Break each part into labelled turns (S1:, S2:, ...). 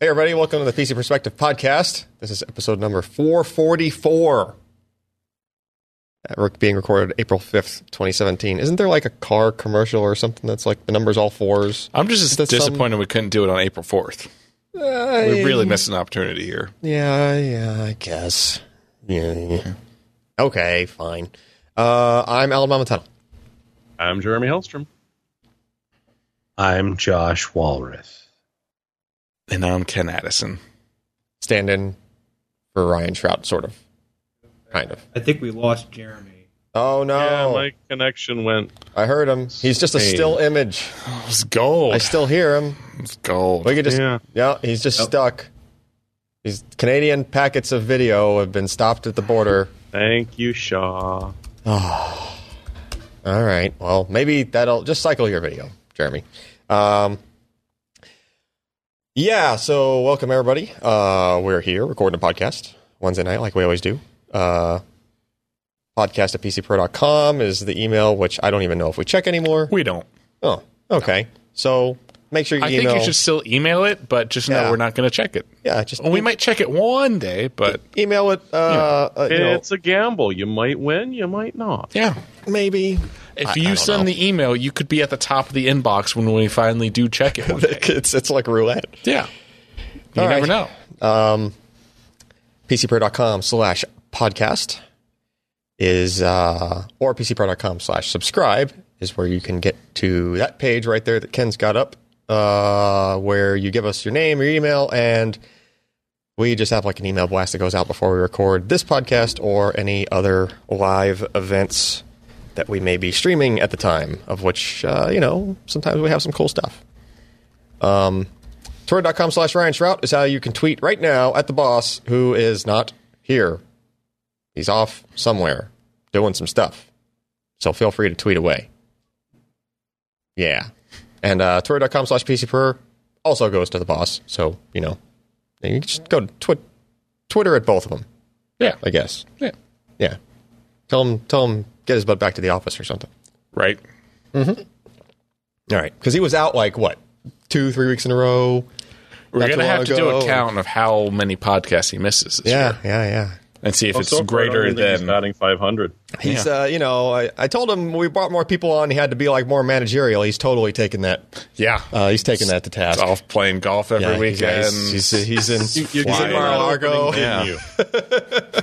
S1: Hey, everybody, welcome to the PC Perspective Podcast. This is episode number 444. Uh, We're being recorded April 5th, 2017. Isn't there like a car commercial or something that's like the numbers all fours?
S2: I'm just
S1: That's
S2: disappointed we couldn't do it on April 4th. We really missed an opportunity here.
S1: Yeah, yeah, I guess. Yeah. yeah. Okay, fine. Uh, I'm Alan Mamatano.
S3: I'm Jeremy Hellstrom.
S4: I'm Josh Walrath.
S2: And I'm Ken Addison.
S1: Stand in for Ryan Shrout, sort of. Kind of.
S5: I think we lost Jeremy.
S1: Oh, no.
S3: Yeah, my connection went.
S1: I heard him. He's just a
S3: Hey.
S1: still image.
S2: It was gold.
S1: I still hear him.
S2: It was gold.
S1: We could just yeah.
S3: Yeah.
S1: he's just stuck. These Canadian packets of video have been stopped at the border.
S3: Thank you, Shaw.
S1: All right. Well, maybe that'll just cycle your video, Jeremy. Um, yeah. So welcome everybody. Uh, we're here recording a podcast Wednesday night, like we always do. Uh, podcast at pcpro.com is the email, which I don't even know if we check anymore.
S2: we don't.
S1: Oh, okay. So make sure you
S2: I think
S1: email.
S2: you should still email it, but just know
S1: Yeah.
S2: we're not going to check it.
S1: yeah, just e
S2: Well, we might check it one day, but
S1: email it. Uh, uh, you know,
S3: It's a gamble. You might win, you might not.
S2: yeah.
S1: maybe
S2: If
S1: I- I
S2: you
S1: don't
S2: send
S1: know.
S2: the email, you could be at the top of the inbox when we finally do check it one day.
S1: it's it's like roulette.
S2: yeah. You
S1: All
S2: never
S1: right.
S2: know.
S1: pcpro.com slash podcast is uh or pcpro.com slash subscribe is where you can get to that page right there that ken's got up uh where you give us your name your email and we just have like an email blast that goes out before we record this podcast or any other live events that we may be streaming at the time of which uh, you know sometimes we have some cool stuff Um, Twitter.com slash Ryan Shrout is how you can tweet right now at the boss who is not here. He's off somewhere doing some stuff. So feel free to tweet away. Yeah. And uh, Twitter.com slash PCPer also goes to the boss. So, you know, you can just go to twi- Twitter at both of them,
S2: Yeah.
S1: I guess.
S2: yeah.
S1: Yeah. Tell him, tell him, get his butt back to the office or something.
S2: Right.
S1: All right. Because he was out like, what, two, three weeks in a row?
S2: We're
S1: Not
S2: going to
S1: too long
S2: have to do
S1: ago.
S2: a count of how many podcasts he misses this
S1: Yeah,
S2: year
S1: yeah, yeah.
S2: and see if it's
S3: So far, I don't
S2: greater
S3: even think he's
S2: than.
S3: batting 500.
S1: He's, uh, you know, I, I told him we brought more people on. He had to be like more managerial. He's totally taking that.
S2: yeah.
S1: Uh, he's taking that to task.
S2: off playing golf every
S1: Yeah, he's-
S2: weekend.
S1: He's, he's, he's in.
S3: You
S1: he's
S3: got
S1: in
S3: an
S1: Mar-a-Lago.
S3: opening, didn't you?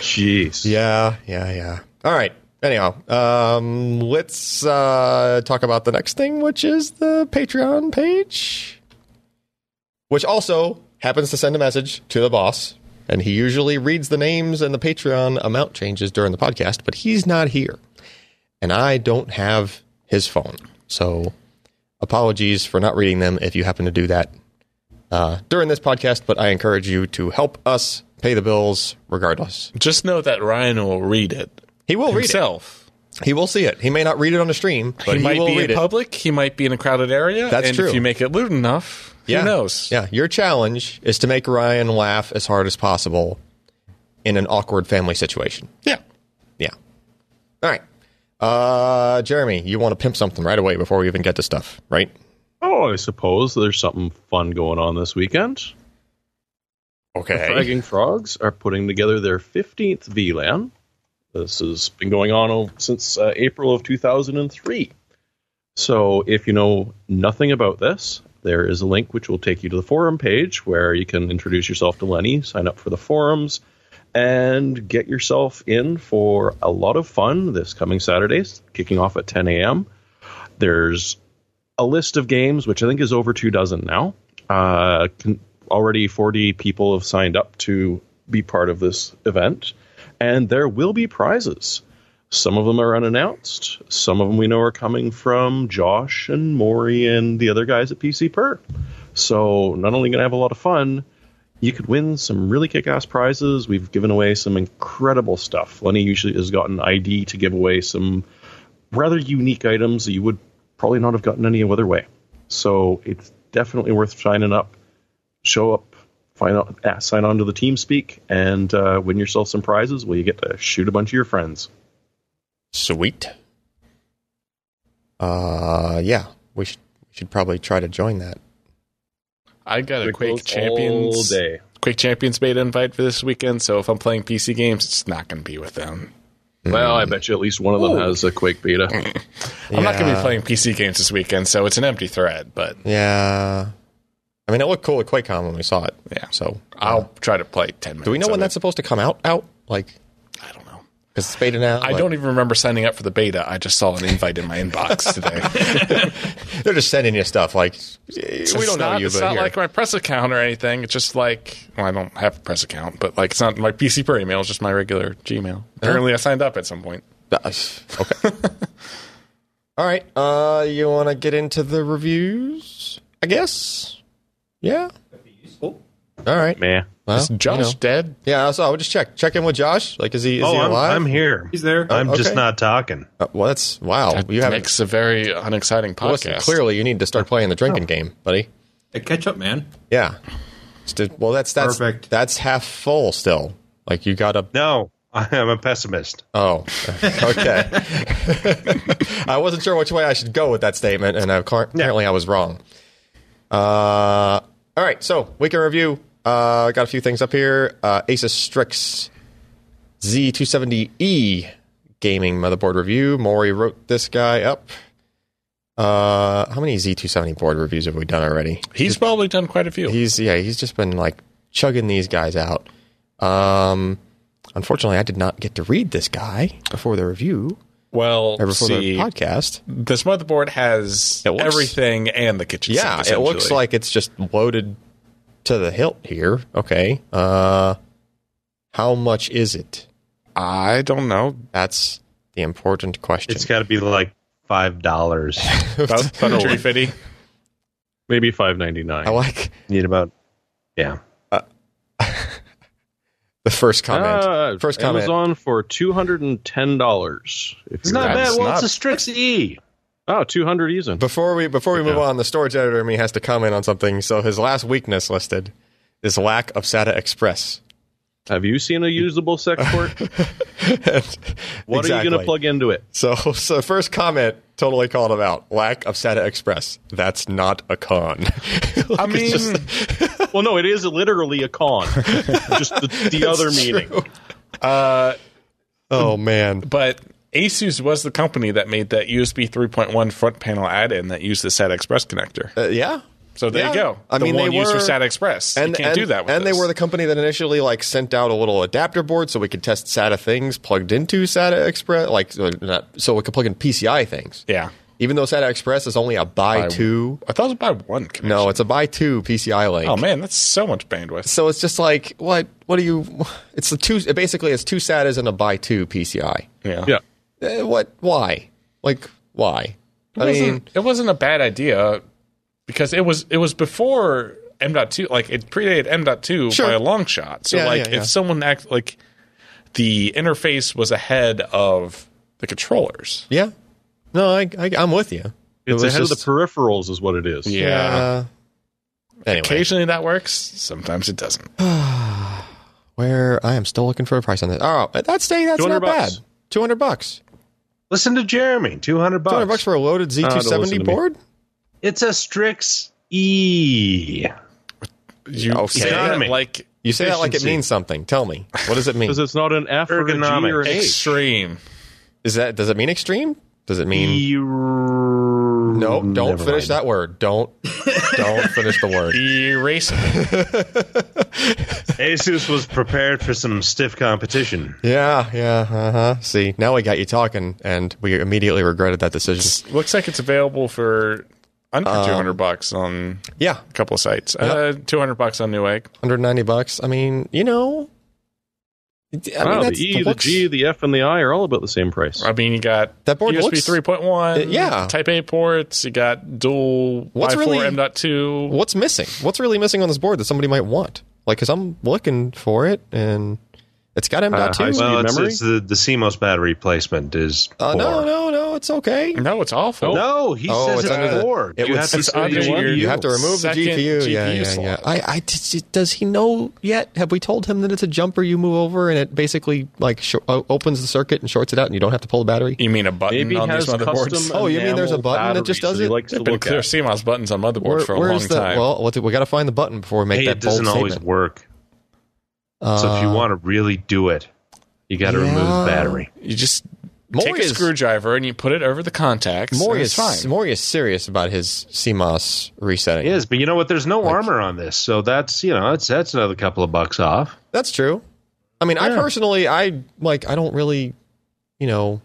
S3: Jeez.
S1: Yeah, yeah, yeah. All right. Anyhow, um, let's uh, talk about the next thing, which is the Patreon page, which also happens to send a message to the boss, and he usually reads the names and the Patreon amount changes during the podcast, but he's not here, and I don't have his phone, so apologies for not reading them if you happen to do that uh, during this podcast. But I encourage you to help us pay the bills, regardless.
S2: Just know that Ryan will read it
S1: He will read
S2: himself.
S1: it. He will see it. He may not read it on the stream, but he,
S2: he might
S1: will
S2: be
S1: read it.
S2: in public. He might be in a crowded area.
S1: That's
S2: and
S1: true.
S2: If you make it lewd enough,
S1: yeah.
S2: who knows?
S1: Yeah, your challenge is to make Ryan laugh as hard as possible in an awkward family situation.
S2: Yeah.
S1: Yeah. All right. Uh, Jeremy, you want to pimp something right away before we even get to stuff, right?
S3: Oh, I suppose there's something fun going on this weekend.
S1: Okay.
S3: Fragging Frogs are putting together their 15th VLAN. This has been going on o- since uh, April of 2003. So, if you know nothing about this, there is a link which will take you to the forum page where you can introduce yourself to Lenny, sign up for the forums, and get yourself in for a lot of fun this coming Saturday, kicking off at 10 a.m. There's a list of games, which I think is over two dozen now. Uh, con- already 40 people have signed up to be part of this event, and there will be prizes. Some of them are unannounced. Some of them we know are coming from Josh and Maury and the other guys at PC Per. So not only going to have a lot of fun, you could win some really kick-ass prizes. We've given away some incredible stuff. Lenny usually has gotten ID to give away some rather unique items that you would probably not have gotten any other way. So it's definitely worth signing up. Show up, find out, ah, sign on to the team speak, and uh, win yourself some prizes. Well, you get to shoot a bunch of your friends.
S1: Sweet. Uh, yeah, we should, we should probably try to join that.
S2: I got a
S3: It
S2: Quake
S3: goes all
S2: Champions
S3: day.
S2: Quake Champions beta invite for this weekend, so if I'm playing PC games, it's not going to be with them.
S3: Well, I bet you at least one of them has a Quake beta.
S2: I'm not going to
S1: Yeah.
S2: be playing PC games this weekend, so it's an empty thread. But
S1: Yeah. I mean, it looked cool at QuakeCon when we saw it.
S2: Yeah.
S1: So,
S2: I'll try to play ten minutes.
S1: do we know
S2: of
S1: when
S2: it.
S1: that's supposed to come out? Out like
S2: I don't know.
S1: because it's beta now.
S2: I don't even remember signing up for the beta. I just saw an invite in my inbox today.
S1: They're just sending you stuff like we
S2: It's
S1: don't know
S2: not-
S1: you,
S2: It's
S1: but
S2: not
S1: here.
S2: like my press account or anything. It's just like well, I don't have a press account, but like it's not my PC per email. It's just my regular Gmail. Apparently, I signed up at some point.
S1: Uh, okay. All right. Uh, you want to get into the reviews? I guess. Yeah. All right.
S3: Meh.
S1: Well,
S2: Is Josh
S1: you know.
S2: dead?
S1: Yeah. So I would just check check in with Josh. Like, is he is
S4: oh,
S1: he
S4: I'm,
S1: alive? Oh,
S4: I'm here.
S5: He's there.
S4: I'm
S1: okay.
S4: just not talking.
S1: Uh, well, that's wow. you
S2: That
S1: haven't.
S2: makes a very unexciting podcast. Oh.
S1: listen, clearly, you need to start playing the drinking game, buddy.
S5: Hey, catch up, man.
S1: Yeah. St- Well, that's that's
S5: Perfect.
S1: that's half full still. Like you got to.
S4: No, I'm a pessimist.
S1: Oh, okay. I wasn't sure which way I should go with that statement, and I, car- apparently I was wrong. Uh, all right, so we can review. Uh, got a few things up here. Uh, Asus Strix Z270E E gaming motherboard review. Maury wrote this guy up. Uh, how many Z270 board reviews have we done already?
S2: he's probably done quite a few.
S1: He's yeah, he's just been like chugging these guys out. Um, unfortunately, I did not get to read this guy before the review
S2: well,
S1: or before
S2: see,
S1: the podcast.
S2: this motherboard has
S1: It looks-
S2: everything and the kitchen.
S1: Yeah,
S2: sink,
S1: it looks
S2: essentially.
S1: like it's just loaded to the hilt here. Okay. Uh, how much is it?
S2: I don't know
S1: That's the important question.
S4: It's got to be like five dollars.
S2: about, about three fifty.
S3: Maybe five ninety
S1: I
S3: nine.
S1: like
S4: Need about yeah.
S1: the first comment.
S3: Uh,
S1: first comment.
S3: Amazon for two hundred and ten dollars. It's
S2: not bad. Well, it's a
S4: Strix E.
S3: Oh, 200 even.
S1: Before we before we move on, the storage editor in me has to comment on something. So his last weakness listed is lack of SATA Express.
S3: Have you seen a usable sex port? What are you going
S1: Exactly.
S3: to plug into it?
S1: So, so first comment totally called him out. Lack of SATA Express. That's not a con.
S2: I mean,
S3: Well, no, it is literally a con. Just the, the other meaning.
S1: oh man,
S2: but Asus was the company that made that USB 3.1 front panel add-in that used the SATA Express connector.
S1: Uh, yeah.
S2: So there
S1: Yeah.
S2: you go.
S1: I
S2: The
S1: mean, they
S2: one used for
S1: were-
S2: SATA Express. you can't
S1: and,
S2: do that. With
S1: and they
S2: this.
S1: were the company that initially like sent out a little adapter board so we could test SATA things plugged into SATA Express, like so, not, so we could plug in PCI things.
S2: yeah.
S1: Even though SATA Express is only a buy two,
S2: I thought it was by one connection.
S1: no, it's a buy two PCI link.
S2: Oh man, that's so much bandwidth.
S1: So it's just like what? What do you? It's the two. Basically, it's two SATAs and a buy two PCI.
S2: Yeah.
S3: Yeah.
S1: Eh, what? Why? Like why?
S2: It
S1: I mean,
S2: wasn't, it wasn't a bad idea because it was it was before M.2 like it predated M.2
S1: Sure.
S2: by a long shot. So
S1: Yeah,
S2: like
S1: yeah, yeah.
S2: if someone act like the interface was ahead of the controllers.
S1: Yeah. No, I, I I'm with you.
S3: It's
S1: was
S3: ahead of
S1: just-
S3: the peripherals, is what it is.
S1: Uh, anyway,
S2: Occasionally that works, sometimes it doesn't.
S1: where I am still looking for a price on this. Oh, that's saying that's not
S3: 200 bucks.
S1: bad. Two hundred bucks.
S4: Listen to Jeremy. Two hundred
S1: Two hundred bucks
S4: bucks.
S1: for a loaded Z two
S3: don't listen to
S1: seventy
S3: me.
S1: board.
S4: It's a Strix E.
S2: You
S1: Okay.
S2: say that
S4: Economy.
S2: like
S1: You say that like it
S4: Efficiency.
S1: means something. Tell me, what does it mean?
S3: Because it's not an F or a G or an H.
S2: extreme.
S1: Is that does it mean extreme? Does it mean
S4: E-
S1: no? Don't
S4: Never
S1: finish
S4: mind.
S1: that word. Don't don't finish the word.
S2: Erase it.
S4: Asus was prepared for some stiff competition.
S1: Yeah, yeah. Uh huh. See, now we got you talking, and we immediately regretted that decision.
S2: Looks like it's available for under 200 bucks on
S1: Yeah,
S2: a couple of sites. Uh, 200 bucks on Newegg.
S1: 190 bucks. I mean, you know, I
S3: I
S1: mean,
S3: don't know,
S1: that's-
S3: the E,
S1: it
S3: the
S1: looks-
S3: G, the F, and the I are all about the same price.
S2: I mean, you got
S1: That board
S2: USB
S1: looks-
S2: 3.1,
S1: Uh, yeah.
S2: Type A ports. You got dual
S1: What's
S2: Y4
S1: really-
S2: M.2.
S1: What's missing? What's really missing on this board that somebody might want? Like, because I'm looking for it, and it's got M.2.
S3: high
S1: two.
S3: speed.
S4: Well, it's,
S3: memory?
S4: it's the, the CMOS battery placement is
S1: uh,
S4: poor.
S1: no, no, no. no, it's okay.
S2: No, it's awful.
S4: No, he
S1: Oh,
S4: says
S1: it's
S4: it's
S1: under the-
S4: bored.
S1: it
S4: you
S1: was-
S4: have to
S2: it's
S4: say
S2: under
S4: you
S2: your-
S4: want
S1: You have to
S2: Ooh,
S1: remove the
S2: second
S1: GPU. yeah,
S2: GPU
S1: yeah,
S2: slot.
S1: yeah. I, I just- does he know yet? Have we told him that it's a jumper you move over and it basically like sh- o- opens the circuit and shorts it out and you don't have to pull the battery?
S2: You mean a button
S3: Maybe
S2: on
S3: has
S2: these
S3: custom.
S2: motherboards?
S1: Oh, you mean there's a
S3: enamel
S1: button that just
S3: batteries
S1: does
S3: that he
S1: it?
S3: likes to
S2: Been
S3: look
S2: clear
S3: at.
S2: CMOS buttons on motherboards
S1: Where-
S2: for a long
S1: where's the
S2: time.
S1: well? What we got to find the button before we make
S4: hey,
S1: that
S4: it
S1: bold
S4: doesn't always
S1: statement. Uh,
S4: work. So if you want to really do it, you got to remove
S1: Yeah.
S4: the battery.
S2: you just
S1: Maury
S2: take a
S1: is-
S2: screwdriver and you put it over the contacts. and
S1: Maury
S2: it's
S1: is
S2: fine.
S1: Maury is serious about his CMOS resetting.
S4: Yes, but you know what? There's no armor on this, so that's you know that's that's another couple of bucks off.
S1: That's true. I mean, I personally, I like, I don't really, you know,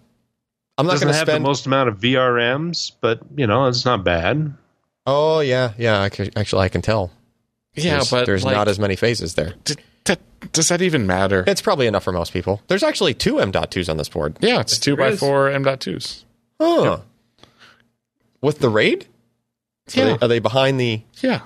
S1: I'm not
S4: Doesn't
S1: going to
S4: have
S1: spend.
S4: the most amount of VRMs, but you know it's not bad.
S1: oh yeah, yeah. I can, actually, I can tell.
S2: Yeah,
S1: there's,
S2: but
S1: there's
S2: like,
S1: not as many phases there.
S2: d- d- does that even matter?
S1: It's probably enough for most people. There's actually two M.2s on this board.
S2: yeah, it's two by four M dot twos.
S1: Huh. With the raid, So
S2: Yeah,
S1: they, are they behind the?
S2: yeah.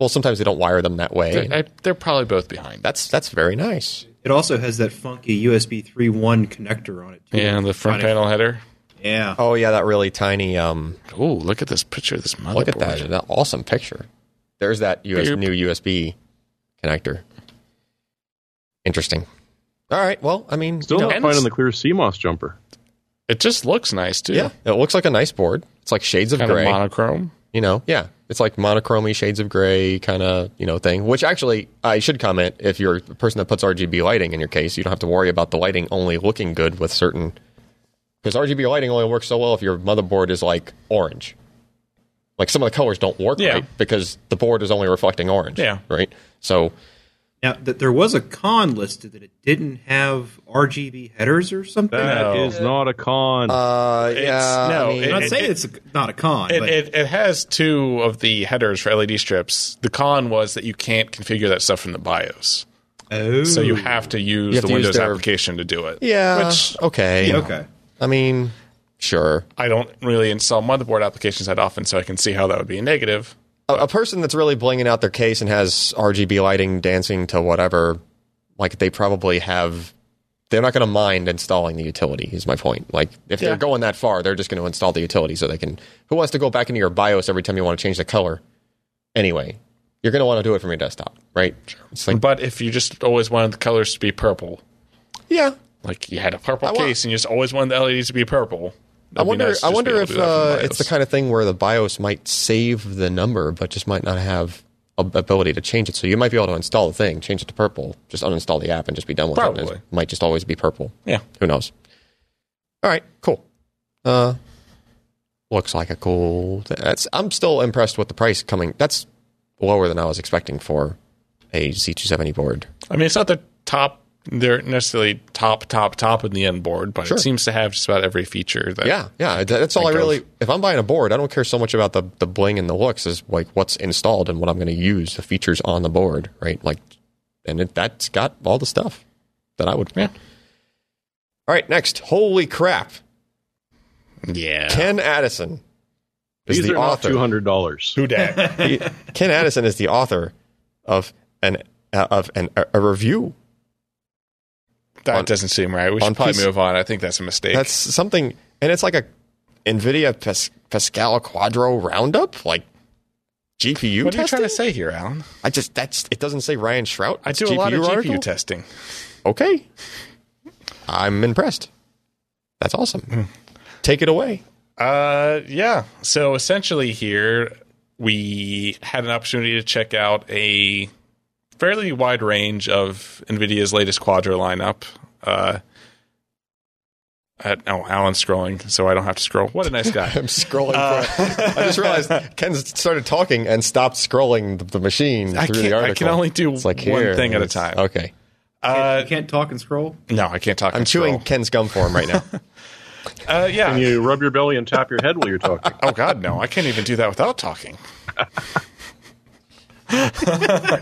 S1: Well, sometimes they don't wire them that way.
S2: They're, I, they're probably both behind.
S1: that's that's very nice.
S5: It also has that funky USB 3.1 connector on it. Too.
S2: Yeah, the front
S5: Kinda-
S2: panel header.
S5: Yeah.
S1: Oh yeah, that really tiny. Um,
S2: Oh, look at this picture. of This motherboard.
S1: look at that, that awesome picture. There's that US,
S2: Boop.
S1: new USB connector. Interesting. All right. Well, I mean,
S3: Still
S1: you know,
S3: not
S2: And it's-
S3: finding the clear CMOS jumper.
S2: It just looks nice too.
S1: yeah, it looks like a nice board. It's like shades of
S2: kind
S1: gray.
S2: of monochrome.
S1: you know, yeah, it's like monochromy shades of gray kind of you know thing. Which actually, I should comment: if you're a person that puts RGB lighting in your case, you don't have to worry about the lighting only looking good with certain because RGB lighting only works so well if your motherboard is like orange. Like some of the colors don't work
S2: Yeah.
S1: right because the board is only reflecting orange.
S2: Yeah.
S1: Right. So
S5: Now that there was a con listed that it didn't have RGB headers or something.
S3: That is not a con.
S1: Uh, yeah.
S2: no,
S1: I mean,
S2: it-
S5: I'm not saying it's a, not a con,
S2: It,
S5: but
S2: it, it has two of the headers for LED strips. The con was that you can't configure that stuff from the BIOS.
S5: oh,
S2: So you have to use
S1: You have
S2: the
S1: to use
S2: Windows
S1: their-
S2: application to do it.
S1: Hmm. yeah.
S2: Which
S1: okay.
S5: okay.
S1: I mean, sure.
S2: I don't really install motherboard applications that often, so I can see how that would be a negative.
S1: A, a person that's really blinging out their case and has RGB lighting dancing to whatever, like they probably have. They're not going to mind installing the utility. Is my point. Like if they're going that far, they're just going to install the utility so they can. Who wants to go back into your BIOS every time you want to change the color? Anyway, you're going to want to do it from your desktop, right? It's like,
S2: But if you just always wanted the colors to be purple,
S1: yeah,
S2: like you had a purple
S1: wa-
S2: case and you just always wanted the LEDs to be purple.
S1: I wonder. I wonder if uh, it's the kind of thing where the BIOS might save the number, but just might not have a ability to change it. So you might be able to install the thing, change it to purple, just uninstall the app, and just be done with it.
S2: Probably.
S1: And It might just always be purple.
S2: Yeah.
S1: Who knows? All right. Cool. Uh, looks like a cool. That's. I'm still impressed with the price coming. That's lower than I was expecting for a Z270 board.
S2: I mean, it's not the top. They're necessarily top, top, top in the end board, but
S1: Sure.
S2: it seems to have just about every feature. That
S1: Yeah, yeah. that- That's all I
S2: think of.
S1: really. If I'm buying a board, I don't care so much about the the bling and the looks as like what's installed and what I'm going to use, the features on the board, right? Like, and it, that's got all the stuff that I would.
S2: Yeah.
S1: All right, next. Holy crap!
S2: yeah.
S1: Ken Addison is
S3: These
S1: the
S3: are not
S1: author.
S3: two hundred dollars.
S2: Who dat?
S1: He- Ken Addison is the author of an uh, of an a, a review.
S2: That
S1: On-
S2: doesn't seem right. We
S1: on
S2: should probably
S1: PC
S2: move on. I think that's a mistake.
S1: That's something, and it's like a NVIDIA Pas- Pascal Quadro roundup, like GPU.
S2: what are you
S1: testing?
S2: trying to say here, Alan?
S1: I just that's it doesn't say Ryan Shrout.
S2: I
S1: It's
S2: do a lot of GPU
S1: article?
S2: testing.
S1: Okay, I'm impressed. That's awesome. Take it away.
S2: Uh, yeah. So essentially, here we had an opportunity to check out a fairly wide range of NVIDIA's latest Quadro lineup. Uh, uh, oh, Alan's scrolling, so I don't have to scroll. What a nice guy.
S1: I'm scrolling. for it. Uh, I just realized Ken started talking and stopped scrolling the, the machine
S2: I
S1: through
S2: can't-
S1: the
S2: I
S1: article.
S2: can only do
S1: It's like,
S2: one
S1: here,
S2: thing at a
S1: it's-
S2: time.
S1: Okay,
S2: Uh,
S5: you can't talk and scroll.
S2: no, I can't talk.
S1: I'm
S2: and scroll.
S1: chewing Ken's gum for him right now.
S2: Uh, yeah.
S3: Can you rub your belly and tap your head while you're talking?
S2: Oh God, no! I can't even do that without talking.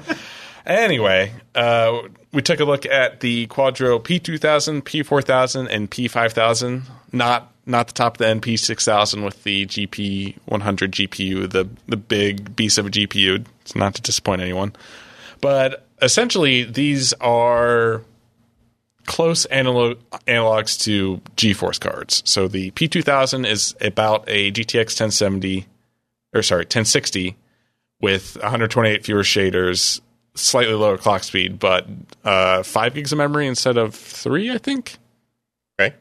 S2: anyway, uh, we took a look at the Quadro P2000, P4000, and P5000. Not not the top of the end P6000 with the GP100 GPU, the the big beast of a GPU. It's not to disappoint anyone, but essentially these are close analog analogs to GeForce cards. So the P2000 is about a GTX 1070 or sorry, 1060 with 128 fewer shaders, slightly lower clock speed, but uh, 5 gigs of memory instead of 3, I think.
S1: Okay.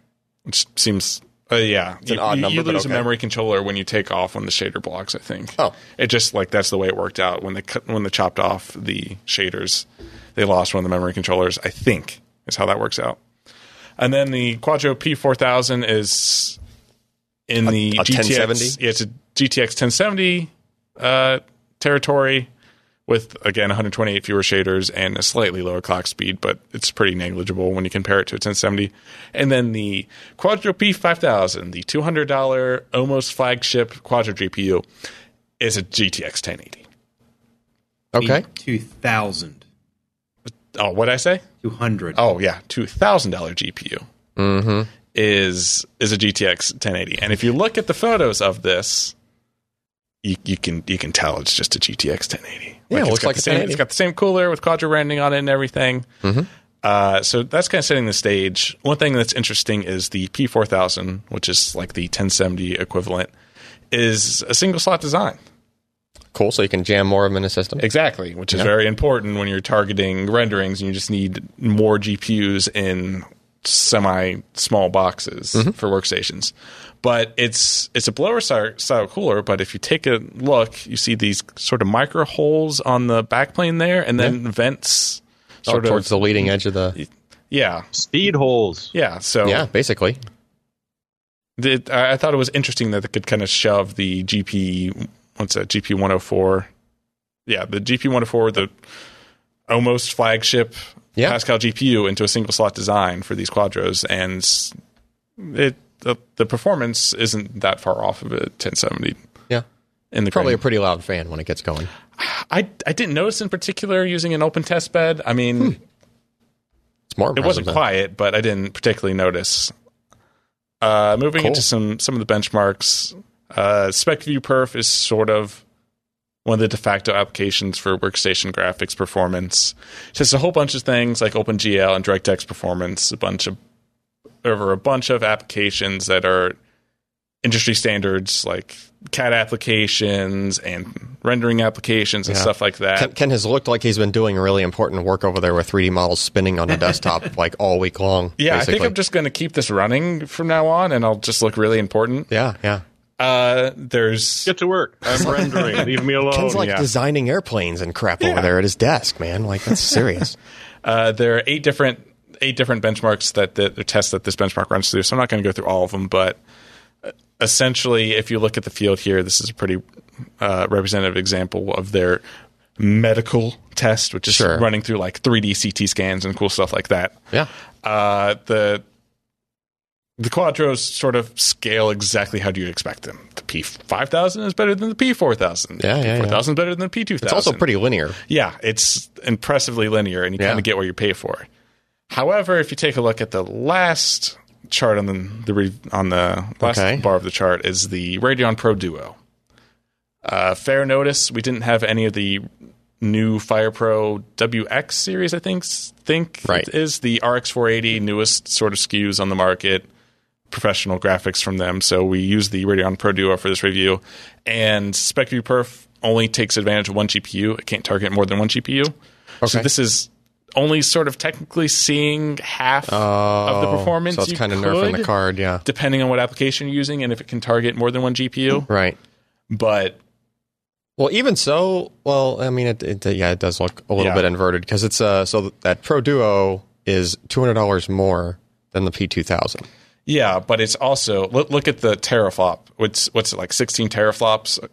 S2: Which seems uh, yeah,
S1: an
S2: You-
S1: odd
S2: you,
S1: number,
S2: You
S1: but
S2: lose
S1: okay.
S2: a memory controller when you take off on the shader blocks. I think.
S1: Oh.
S2: it just like that's the way it worked out when they cut when they chopped off the shaders, they lost one of the memory controllers. I think is how that works out. And then the Quadro P4000 is in the
S1: a
S2: GTX.
S1: 1070?
S2: Yeah, it's a GTX 1070 uh, territory with again 128 fewer shaders and a slightly lower clock speed, but it's pretty negligible when you compare it to a 1070. And then the Quadro P5000, the $200 almost flagship Quadro GPU, is a GTX 1080.
S1: Okay.
S5: 2,000.
S2: Oh, what'd I say?
S5: 200.
S2: Oh yeah, two thousand dollar GPU
S1: Mm-hmm.
S2: is is a GTX 1080. And if you look at the photos of this, you, you can you can tell it's just a GTX 1080.
S1: Yeah, it
S2: it's
S1: looks
S2: got
S1: like a Mm-hmm.
S2: the same.
S1: 1080.
S2: It's got the same cooler with quadro rendering on it and everything. Uh, so that's kind of setting the stage. One thing that's interesting is the P4000, which is like the 1070 equivalent, is a single slot design.
S1: Cool. So you can jam more of them in a system.
S2: Exactly, which is
S1: Yeah.
S2: very important when you're targeting renderings and you just need more GPUs in semi small boxes for workstations. But it's it's a blower sty- style cooler, but if you take a look, you see these sort of micro holes on the backplane there and then vents
S1: Oh,
S2: sort
S1: towards
S2: of
S1: the leading edge of the.
S2: yeah.
S3: Speed holes.
S2: Yeah, so
S1: Yeah, basically.
S2: Did, I I thought it was interesting that they could kind of shove the GP, what's that, GP 104. Yeah, the GP 104, the almost flagship
S1: Yeah.
S2: Pascal GPU into a single slot design for these Quadros. And s- it the, the performance isn't that far off of a 1070
S1: Yeah.
S2: in the
S1: Probably a
S2: grand-
S1: pretty loud fan when it gets going.
S2: I, I didn't notice in particular using an open test bed. I mean,
S1: Hmm. It's more
S2: it
S1: impressive
S2: wasn't
S1: than-
S2: quiet, but I didn't particularly notice. Uh, moving
S1: Cool.
S2: into some some of the benchmarks, uh, SpecView Perf is sort of one of the de facto applications for workstation graphics performance. It has a whole bunch of things like OpenGL and DirectX performance, a bunch of over a bunch of applications that are industry standards like CAD applications and rendering applications and
S1: Yeah.
S2: stuff like that.
S1: Ken, Ken has looked like he's been doing really important work over there with 3D models spinning on the desktop like all week long.
S2: yeah,
S1: basically.
S2: I think I'm just going to keep this running from now on, and I'll just look really important.
S1: Yeah, yeah.
S2: Uh, there's
S3: Get to work. I'm rendering. Leave me alone.
S1: Ken's like
S2: Oh, yeah.
S1: designing airplanes and crap over there at his desk, man. Like that's serious.
S2: uh, there are eight different eight different benchmarks that the, the tests that this benchmark runs through. So I'm not going to go through all of them, but uh, essentially, if you look at the field here, this is a pretty uh, representative example of their medical test, which is
S1: Sure.
S2: running through like 3D CT scans and cool stuff like that.
S1: yeah.
S2: Uh, the the Quadros sort of scale exactly how do you expect them. The P5000 is better than the P4000.
S1: Yeah, yeah, yeah.
S2: P4000 is better than the P2000.
S1: It's also pretty linear.
S2: Yeah, it's impressively linear, and you
S1: Yeah.
S2: kind of get what you pay for. However, if you take a look at the last chart on the, the re, on the last
S1: Okay.
S2: bar of the chart is the Radeon Pro Duo. Uh, fair notice, we didn't have any of the new Fire Pro WX series. I think think
S1: Right.
S2: it is the RX 480 newest sort of SKUs on the market. Professional graphics from them, so we use the Radeon Pro Duo for this review. And SpecView Perf only takes advantage of one GPU; it can't target more than one GPU. So
S1: Okay.
S2: this is only sort of technically seeing half of the
S1: Oh,
S2: performance.
S1: So it's
S2: you
S1: kind of nerfing the
S2: could,
S1: card. Yeah.
S2: depending on what application you're using and if it can target more than one GPU.
S1: Right.
S2: But
S1: Well, even so, well, I mean, it, it yeah, it does look a little
S2: Yeah.
S1: bit inverted because it's uh, so that Pro Duo is two hundred dollars more than the P two thousand.
S2: Yeah, but it's also look, look at the teraflop. What's what's it like? Sixteen teraflops for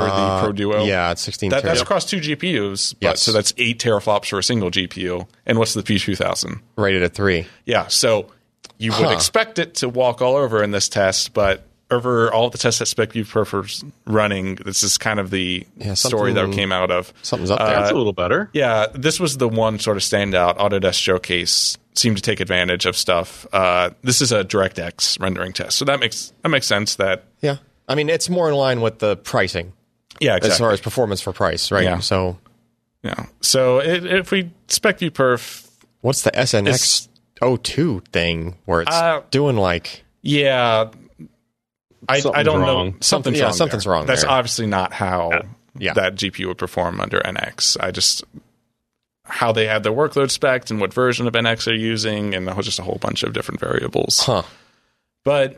S2: the Pro Duo.
S1: Uh, Yeah, it's sixteen.
S2: Oh. that, that's
S1: tera-
S2: across two GPUs. But,
S1: Yes.
S2: so that's eight teraflops for a single GPU. And what's the P two thousand?
S1: rated at three.
S2: Yeah, so you would
S1: Huh.
S2: expect it to walk all over in this test, but over all the tests that SpecView prefers running, this is kind of the story that
S1: something-
S2: came out of.
S1: Something's up there.
S2: Uh,
S3: That's a little better.
S2: Yeah, this was the one sort of standout. Autodesk Showcase seemed to take advantage of stuff. Uh, this is a DirectX rendering test, so that makes that makes sense. That
S1: yeah, I mean, it's more in line with the pricing
S2: yeah, exactly.
S1: as far as performance for price, right?
S2: Yeah.
S1: So
S2: yeah. So it, if we spec you perf,
S1: what's the SNX
S2: It's-
S1: 02 thing where it's
S2: Uh,
S1: doing like
S2: Yeah, I, I
S3: Something's
S2: don't know
S3: wrong.
S1: Something- yeah, something's
S2: there.
S1: wrong
S2: That's
S1: there.
S2: obviously not how
S1: Yeah.
S2: that GPU would perform under NX. I just how they have their workload spec and what version of NX they're using, and just a whole bunch of different variables.
S1: huh
S2: But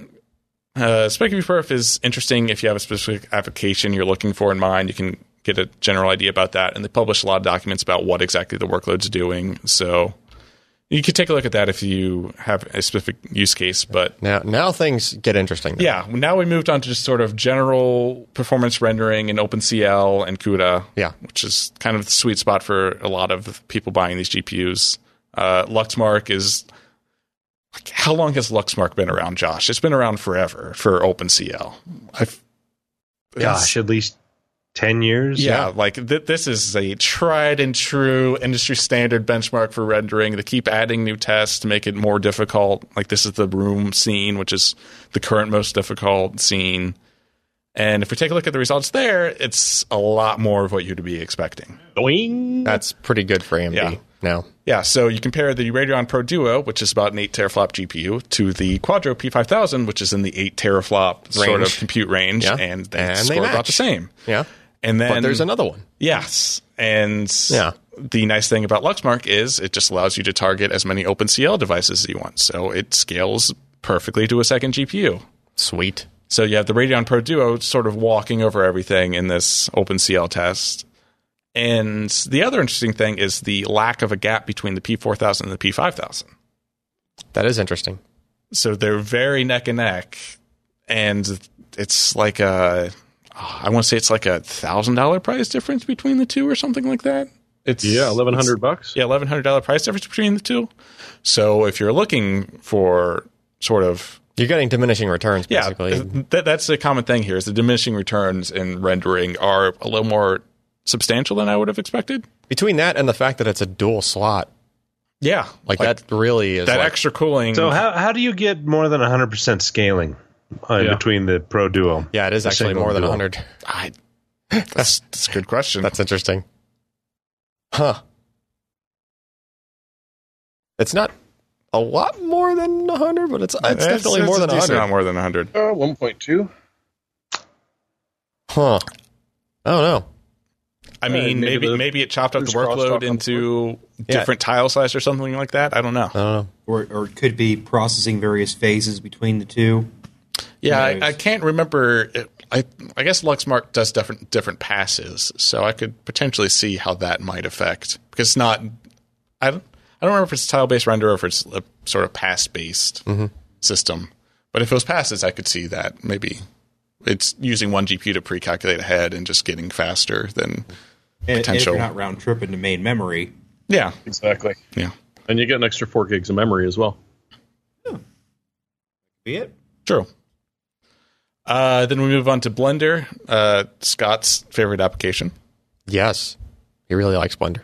S2: uh, SpecUV perf is interesting if you have a specific application you're looking for in mind. You can get a general idea about that, and they publish a lot of documents about what exactly the workload's doing. So you could take a look at that if you have a specific use case, but
S1: now now things get interesting though.
S2: yeah, now we moved on to just sort of general performance rendering in OpenCL and CUDA.
S1: Yeah.
S2: Which is kind of the sweet spot for a lot of people buying these GPUs. Uh, Luxmark is. like, How long has Luxmark been around, Josh? It's been around forever for OpenCL. I've,
S4: Gosh, at least ten years.
S2: yeah, like th- this is a tried and true industry standard benchmark for rendering. They keep adding new tests to make it more difficult. Like this is the room scene, which is the current most difficult scene. And if we take a look at the results there, it's a lot more of what you'd be expecting.
S3: Doing.
S1: that's pretty good for AMD
S2: Yeah.
S1: now
S2: Yeah, so you compare the Radeon Pro Duo, which is about an 8 teraflop GPU, to the Quadro P5000, which is in the 8 teraflop sort
S1: Range.
S2: of compute range,
S1: Yeah.
S2: and they
S1: And they
S2: score about
S1: match.
S2: the same.
S1: yeah
S2: And then
S1: but there's another one
S2: Yes. And
S1: Yeah.
S2: the nice thing about Luxmark is it just allows you to target as many OpenCL devices as you want. So it scales perfectly to a second GPU.
S1: sweet
S2: So you have the Radeon Pro Duo sort of walking over everything in this OpenCL test. And the other interesting thing is the lack of a gap between the P4000 and the P5000.
S1: that is interesting
S2: So they're very neck and neck. And it's like a, I want to say it's like a $1,000 price difference between the two or something like that. It's
S3: Yeah, eleven hundred bucks.
S2: yeah, eleven hundred dollar price difference between the two. So if you're looking for sort of
S1: you're getting diminishing returns
S2: yeah,
S1: basically
S2: th- that's the common thing here is the diminishing returns in rendering are a little more substantial than I would have expected.
S1: between that and the fact that it's a dual slot
S2: Yeah,
S1: like, that really is
S2: that
S1: like,
S2: extra cooling.
S4: So how how do you get more than hundred percent scaling uh,
S3: Yeah.
S4: between the Pro Duo?
S1: yeah it is actually
S4: single
S1: more than
S4: dual.
S1: 100
S2: I, that's, that's a good question.
S1: That's interesting. Huh. It's not a lot more than 100, but it's, it's definitely more
S2: a
S1: than
S2: decent
S1: 100.
S2: amount more than hundred.
S3: Uh, one point two.
S1: Huh. I don't know.
S2: I
S3: Yeah,
S2: mean,
S3: Uh, maybe
S2: maybe
S3: the-
S2: maybe it chopped up the
S3: there's crosstalk on
S2: workload
S3: the
S2: into
S1: Yeah.
S2: different tile slice or something like that. I don't know.
S1: I don't know.
S5: or, or it could be processing various phases between the two.
S2: Yeah,
S5: Nice.
S2: I, I can't remember. I I guess Luxmark does different different passes, so I could potentially see how that might affect because it's not. I don't, I don't remember if it's tile based render or if it's a sort of pass based system. But if it was passes, I could see that maybe it's using one GPU to pre calculate ahead and just getting faster than
S5: And, and if
S2: Potential.
S5: you're not round tripping to main memory,
S2: yeah
S3: Exactly.
S2: yeah
S3: And you get an extra four gigs of memory as well.
S5: be it.
S2: True. Uh, then we move on to Blender, uh, Scott's favorite application.
S1: Yes. He really likes Blender.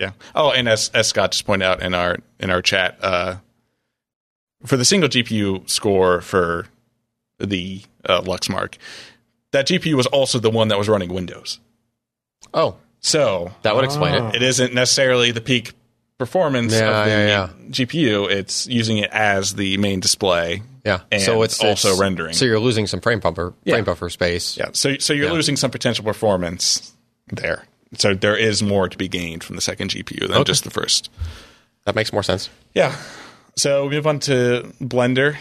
S2: Yeah. Oh, and as as Scott just pointed out in our in our chat, uh, for the single GPU score for the uh, Luxmark, that GPU was also the one that was running Windows.
S1: Oh,
S2: So
S1: that would explain
S5: Ah.
S1: it.
S2: it isn't necessarily the peak performance
S1: Yeah,
S2: of the
S1: yeah, yeah.
S2: GPU. It's using it as the main display.
S1: Yeah.
S2: And
S1: so it's
S2: also
S1: it's-
S2: rendering.
S1: So you're losing some frame buffer, frame buffer space.
S2: Yeah. So so you're losing some potential performance there. So there is more to be gained from the second GPU than just the first.
S1: That makes more sense.
S2: Yeah. So we move on to Blender,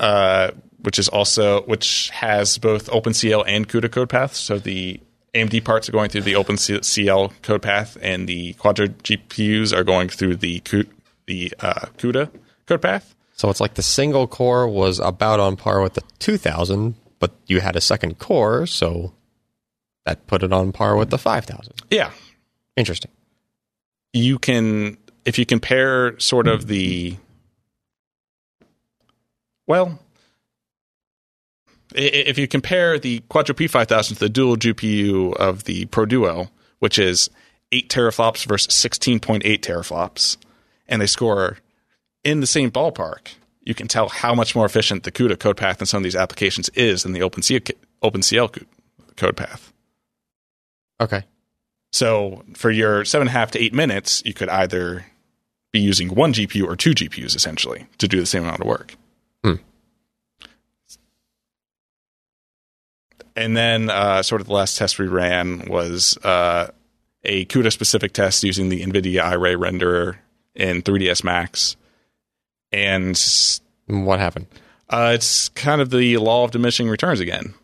S2: uh, which is also which has both OpenCL and CUDA code paths. So the AMD parts are going through the OpenCL code path, and the Quadro GPUs are going through the CU- the uh, CUDA code path.
S1: So it's like the single core was about on par with the 2000, but you had a second core, so that put it on par with the 5000.
S2: Yeah.
S1: Interesting.
S2: you can if you compare sort of the well i- i- if you compare the Quadro P5000 to the dual GPU of the Pro Duo, which is 8 teraflops versus 16.8 teraflops, and they score in the same ballpark, you can tell how much more efficient the CUDA code path in some of these applications is than the OpenCL, OpenCL co- code path.
S1: Okay.
S2: So for your seven and a half to eight minutes, you could either be using one GPU or two GPUs essentially to do the same amount of work.
S1: Hmm.
S2: And then, uh, sort of the last test we ran was uh, a CUDA specific test using the NVIDIA iRay renderer in 3ds Max, and
S1: What happened?
S2: uh, it's kind of the law of diminishing returns again.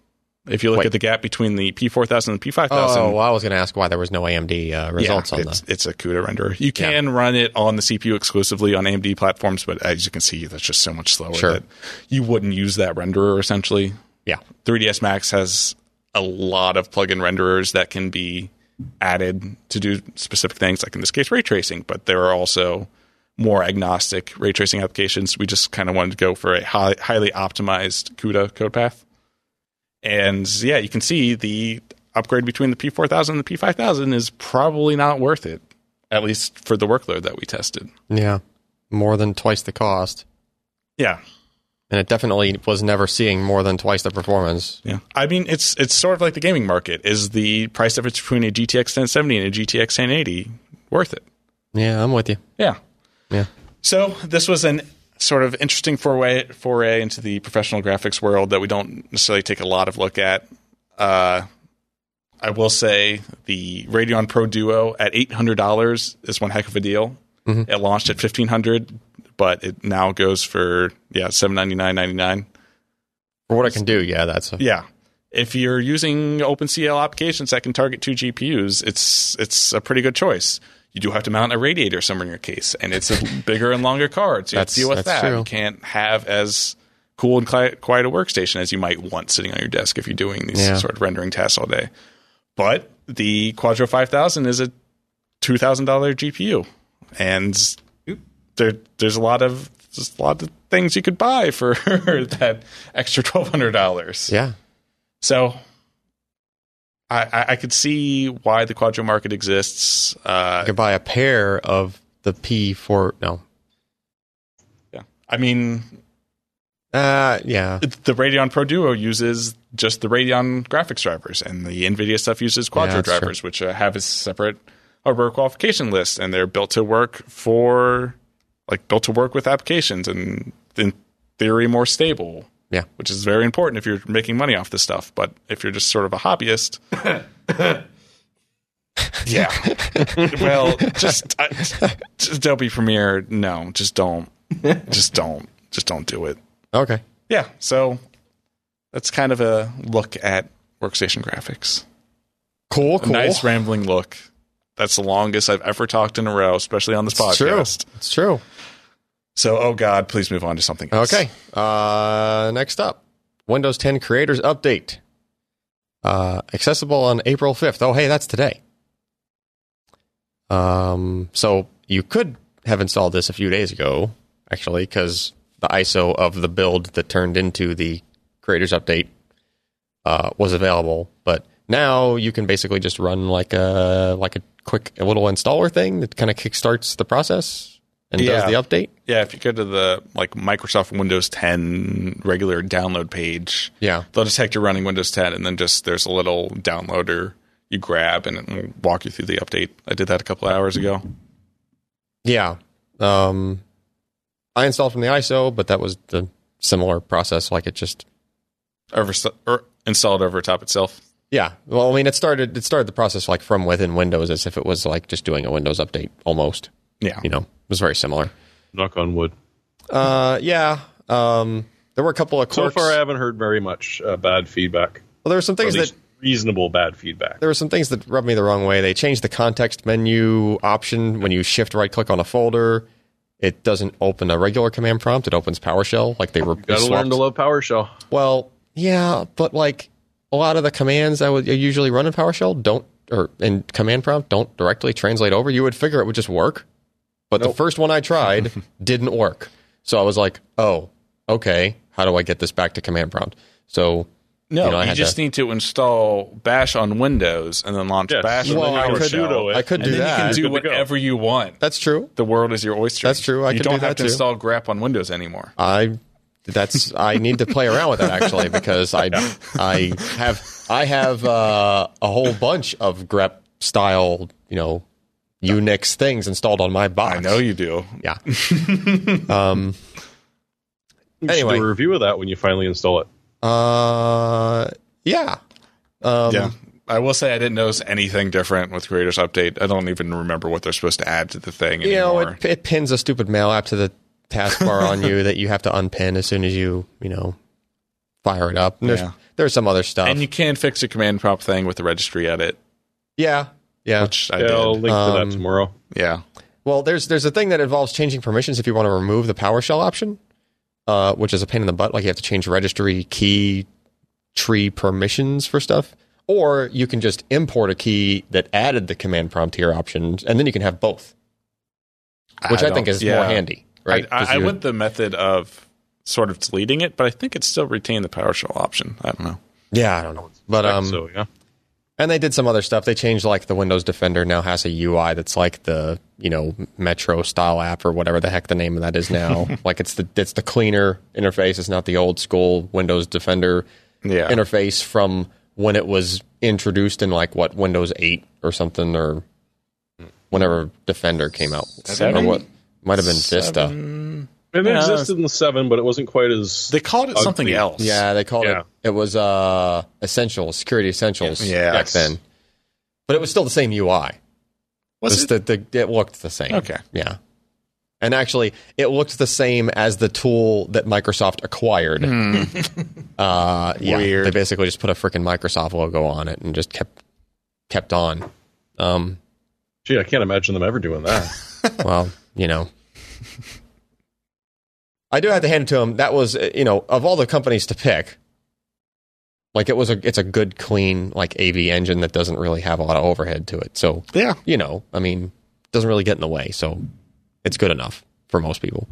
S2: If you look
S1: Wait.
S2: at the gap between the P4000 and the P5000,
S1: Oh, well, I was going to ask why there was no AMD uh, results
S2: yeah,
S1: on
S2: it's,
S1: the.
S2: it's a CUDA renderer. You
S1: Yeah.
S2: can run it on the CPU exclusively on AMD platforms, but as you can see, that's just so much slower
S1: Sure.
S2: that you wouldn't use that renderer essentially.
S1: Yeah.
S2: 3ds Max has a lot of plug-in renderers that can be added to do specific things, like in this case, ray tracing. But there are also more agnostic ray tracing applications. We just kind of wanted to go for a high, highly optimized CUDA code path. And yeah, you can see the upgrade between the P4000 and the P5000 is probably not worth it, at least for the workload that we tested.
S1: Yeah. More than twice the cost.
S2: Yeah,
S1: And it definitely was never seeing more than twice the performance.
S2: Yeah, I mean it's it's sort of like the gaming market. Is the price difference between a GTX 1070 and a GTX 1080 worth it?
S1: Yeah, I'm with you.
S2: Yeah.
S1: Yeah.
S2: So this was an sort of interesting foray foray into the professional graphics world that we don't necessarily take a lot of look at. Uh, I will say the Radeon Pro Duo at eight hundred dollars is one heck of a deal. It launched at fifteen hundred, but it now goes for yeah seven ninety nine ninety nine.
S1: For what I can do, yeah, that's a,
S2: Yeah. If you're using OpenCL applications that can target two GPUs, it's it's a pretty good choice. You do have to mount a radiator somewhere in your case, and it's a bigger and longer card, so you have
S1: That's-
S2: to deal with
S1: that's
S2: that.
S1: true.
S2: You can't have as cool and quiet, quiet a workstation as you might want sitting on your desk if you're doing these
S1: Yeah.
S2: sort of rendering tasks all day. But the Quadro 5000 is a two thousand dollar GPU, and there there's a lot of just a lot of things you could buy for that extra twelve hundred dollars.
S1: yeah.
S2: So I, I, I could see why the Quadro market exists.
S1: I
S2: Uh,
S1: could buy a pair of the P4. No.
S2: yeah. I mean,
S1: Uh, yeah.
S2: the Radeon Pro Duo uses just the Radeon graphics drivers, and the NVIDIA stuff uses Quadro
S1: that's true.
S2: drivers, which uh, have a separate hardware qualification list, and they're built to work for, like, built to work with applications and, in theory, more stable.
S1: Yeah.
S2: Which is very important if you're making money off this stuff. But if you're just sort of a hobbyist, yeah. well, just, I, just Adobe Premiere, no, just don't. Just don't. Just don't do it
S1: Okay.
S2: yeah, so that's kind of a look at workstation graphics.
S1: Cool,
S2: A
S1: cool.
S2: nice rambling look. That's the longest I've ever talked in a row, especially on this
S1: it's true.
S2: podcast.
S1: It's true.
S2: So, oh God, please move on to something else.
S1: Okay. Uh, next up, Windows 10 Creators Update. Uh, accessible on April 5th. Oh, hey, that's today. Um, so you could have installed this a few days ago, actually, because the ISO of the build that turned into the Creators Update uh, was available. But now you can basically just run like a like a quick little installer thing that kind of kickstarts the process and
S2: Yeah.
S1: does the update.
S2: Yeah, if you go to the like Microsoft Windows 10 regular download page,
S1: Yeah.
S2: they'll detect you're running Windows 10, and then just there's a little downloader you grab, and it will walk you through the update. I did that a couple hours ago.
S1: Yeah. Um, I installed from the ISO, but that was the similar process. Like it just,
S2: Over or installed over top itself.
S1: yeah. Well, I mean, it started, it started the process like from within Windows as if it was like just doing a Windows update almost,
S2: Yeah,
S1: you know, it was very similar.
S3: Knock on wood.
S1: Uh, yeah. Um, there were a couple of
S3: So
S1: quirks.
S3: far, I haven't heard very much uh, bad feedback.
S1: well, there were some
S3: Or at
S1: things that
S3: least reasonable bad feedback.
S1: there were some things that rubbed me the wrong way. They changed the context menu option when you shift right click on a folder. It doesn't open a regular command prompt. It opens PowerShell. Like they were
S3: Got to learn
S1: swapped-
S3: to love PowerShell.
S1: Well, yeah, but like a lot of the commands I would I usually run in PowerShell don't or in command prompt don't directly translate over. You would figure it would just work, but the first one I tried didn't work. So I was like, "Oh, okay. How do I get this back to command prompt?" So
S2: No,
S1: You
S2: you,
S1: know, I had
S2: just
S1: to-
S2: need to install Bash on Windows and then launch
S3: Yes.
S2: Bash on
S3: Well,
S1: I
S2: PowerShell.
S1: could
S3: do it.
S1: I could
S2: and
S1: do
S2: then
S1: that.
S2: you can do
S3: Good to go.
S2: whatever you want.
S1: That's true.
S2: The world is your oyster.
S1: That's true. I
S2: you
S1: can
S2: don't
S1: do
S2: have
S1: that
S2: to
S1: too.
S2: install grep on Windows anymore.
S1: I that's I need to play around with that actually because I I have I have uh, a whole bunch of grep style you know Unix things installed on my box.
S2: I know you do.
S1: Yeah. um,
S3: You should
S1: anyway,
S3: do a review of that when you finally install it.
S1: uh, yeah. Um,
S2: yeah. I will say I didn't notice anything different with Creators Update. I don't even remember what they're supposed to add to the thing
S1: You know,
S2: anymore.
S1: it, it pins a stupid mail app to the taskbar on you that you have to unpin as soon as you, you know, fire it up. And there's,
S2: Yeah.
S1: there's some other stuff.
S2: and you can fix the command prompt thing with the registry edit,
S1: yeah. Yeah.
S2: which I
S3: Yeah, I'll
S2: did.
S3: link to
S1: Um,
S3: that tomorrow.
S2: Yeah.
S1: Well, there's there's a thing that involves changing permissions if you want to remove the PowerShell option, uh, which is a pain in the butt. Like you have to change registry key tree permissions for stuff, or you can just import a key that added the command prompt to your options, and then you can have both, which I, think
S2: don't-
S1: is more
S2: yeah.
S1: handy, right?
S2: I,
S1: 'Cause
S2: I, I
S1: you-
S2: went the method of sort of deleting it, but I think it still retained the PowerShell option. I don't know.
S1: Yeah, I don't know, but um,
S3: so yeah,
S1: And they did some other stuff. They changed like the Windows Defender now has a UI that's like the you know Metro style app or whatever the heck the name of that is now. like it's the it's the cleaner interface. It's not the old school Windows Defender
S2: Yeah.
S1: interface from when it was introduced in like what Windows 8 or something or whenever Defender came out.
S2: Seven?
S1: Or what might have been Vista.
S3: it
S2: Yeah.
S3: existed in seven, but it wasn't quite as
S2: They called it something
S3: Ugly.
S2: else.
S1: Yeah, they called
S3: Yeah.
S1: it. It was uh Essentials, Security Essentials
S2: Yes.
S1: back then. But it was still the same UI.
S2: Was
S1: Just The, the, it looked the same.
S2: Okay.
S1: Yeah. And actually, it looked the same as the tool that Microsoft acquired. uh, yeah,
S2: Hmm. Weird.
S1: They basically just put a freaking Microsoft logo on it and just kept kept on. Um,
S3: Gee, I can't imagine them ever doing that.
S1: well, you know. I do have to hand it to him. That was, uh, you know, of all the companies to pick, like it was a, it's a good, clean, like AV engine that doesn't really have a lot of overhead to it. So
S2: Yeah.
S1: you know, I mean, doesn't really get in the way, so it's good enough for most people.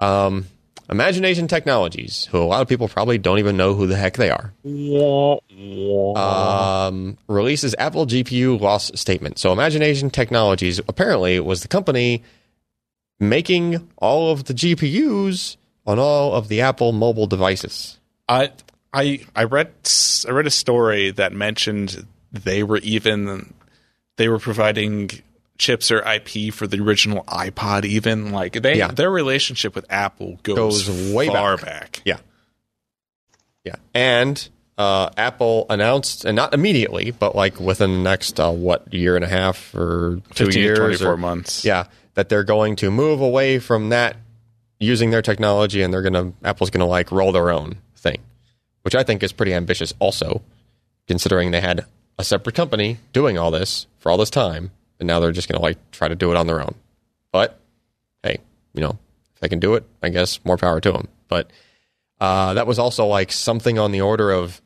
S1: Um, Imagination Technologies, who a lot of people probably don't even know who the heck they are,
S3: Wah, wah.
S1: um, releases Apple GPU loss statement. So Imagination Technologies apparently was the company making all of the GPUs on all of the Apple mobile devices.
S2: I I I read s- I read a story that mentioned they were even they were providing chips or IP for the original iPod. Even like they
S1: Yeah.
S2: their relationship with Apple goes,
S1: Goes way
S2: far
S1: back.
S2: back.
S1: Yeah. Yeah. And uh, Apple announced, and not immediately, but like within the next, uh, what, year and a half or two
S2: 15 to
S1: years?
S2: 24
S1: or-
S2: months.
S1: Yeah. That they're going to move away from that using their technology and they're going to, Apple's going to like roll their own thing, which I think is pretty ambitious also, considering they had a separate company doing all this for all this time. And now they're just going to like try to do it on their own. But hey, you know, if they can do it, I guess more power to them. But uh, that was also like something on the order of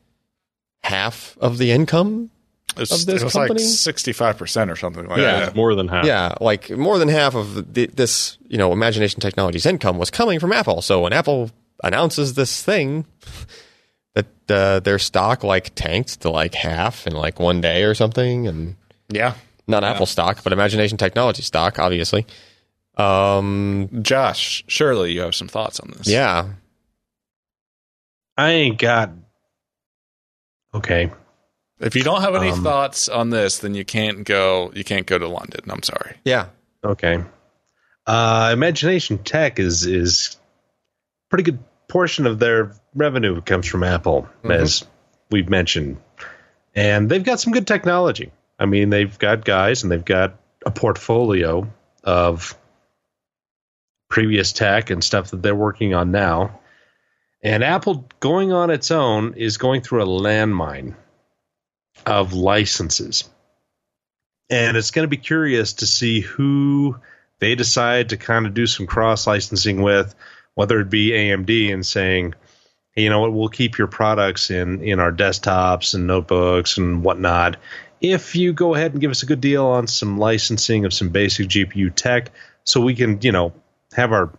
S1: half of the income.
S2: It was,
S1: Of this
S2: it was like
S1: company?
S2: 65% or something like
S1: Yeah.
S2: that.
S3: more than half.
S1: Yeah, like more than half of the, this, you know, Imagination Technologies income was coming from Apple. So when Apple announces this thing that uh, their stock like tanked to like half in like one day or something, and
S2: Yeah.
S1: not Apple stock, but Imagination Technology stock, obviously. Um,
S2: Josh, surely you have some thoughts on this.
S1: yeah,
S4: I ain't got. Okay.
S2: If you don't have any
S4: Um,
S2: thoughts on this, then you can't go you can't go to London. I'm sorry.
S1: yeah,
S4: Okay. Uh, Imagination Tech is is pretty good portion of their revenue comes from Apple, as we've mentioned, and they've got some good technology. I mean, they've got guys and they've got a portfolio of previous tech and stuff that they're working on now. And Apple going on its own is going through a landmine of licenses and it's going to be curious to see who they decide to kind of do some cross licensing with, whether it be AMD and saying, hey, you know what, we'll keep your products in in our desktops and notebooks and whatnot. If you go ahead and give us a good deal on some licensing of some basic GPU tech, so we can, you know, have our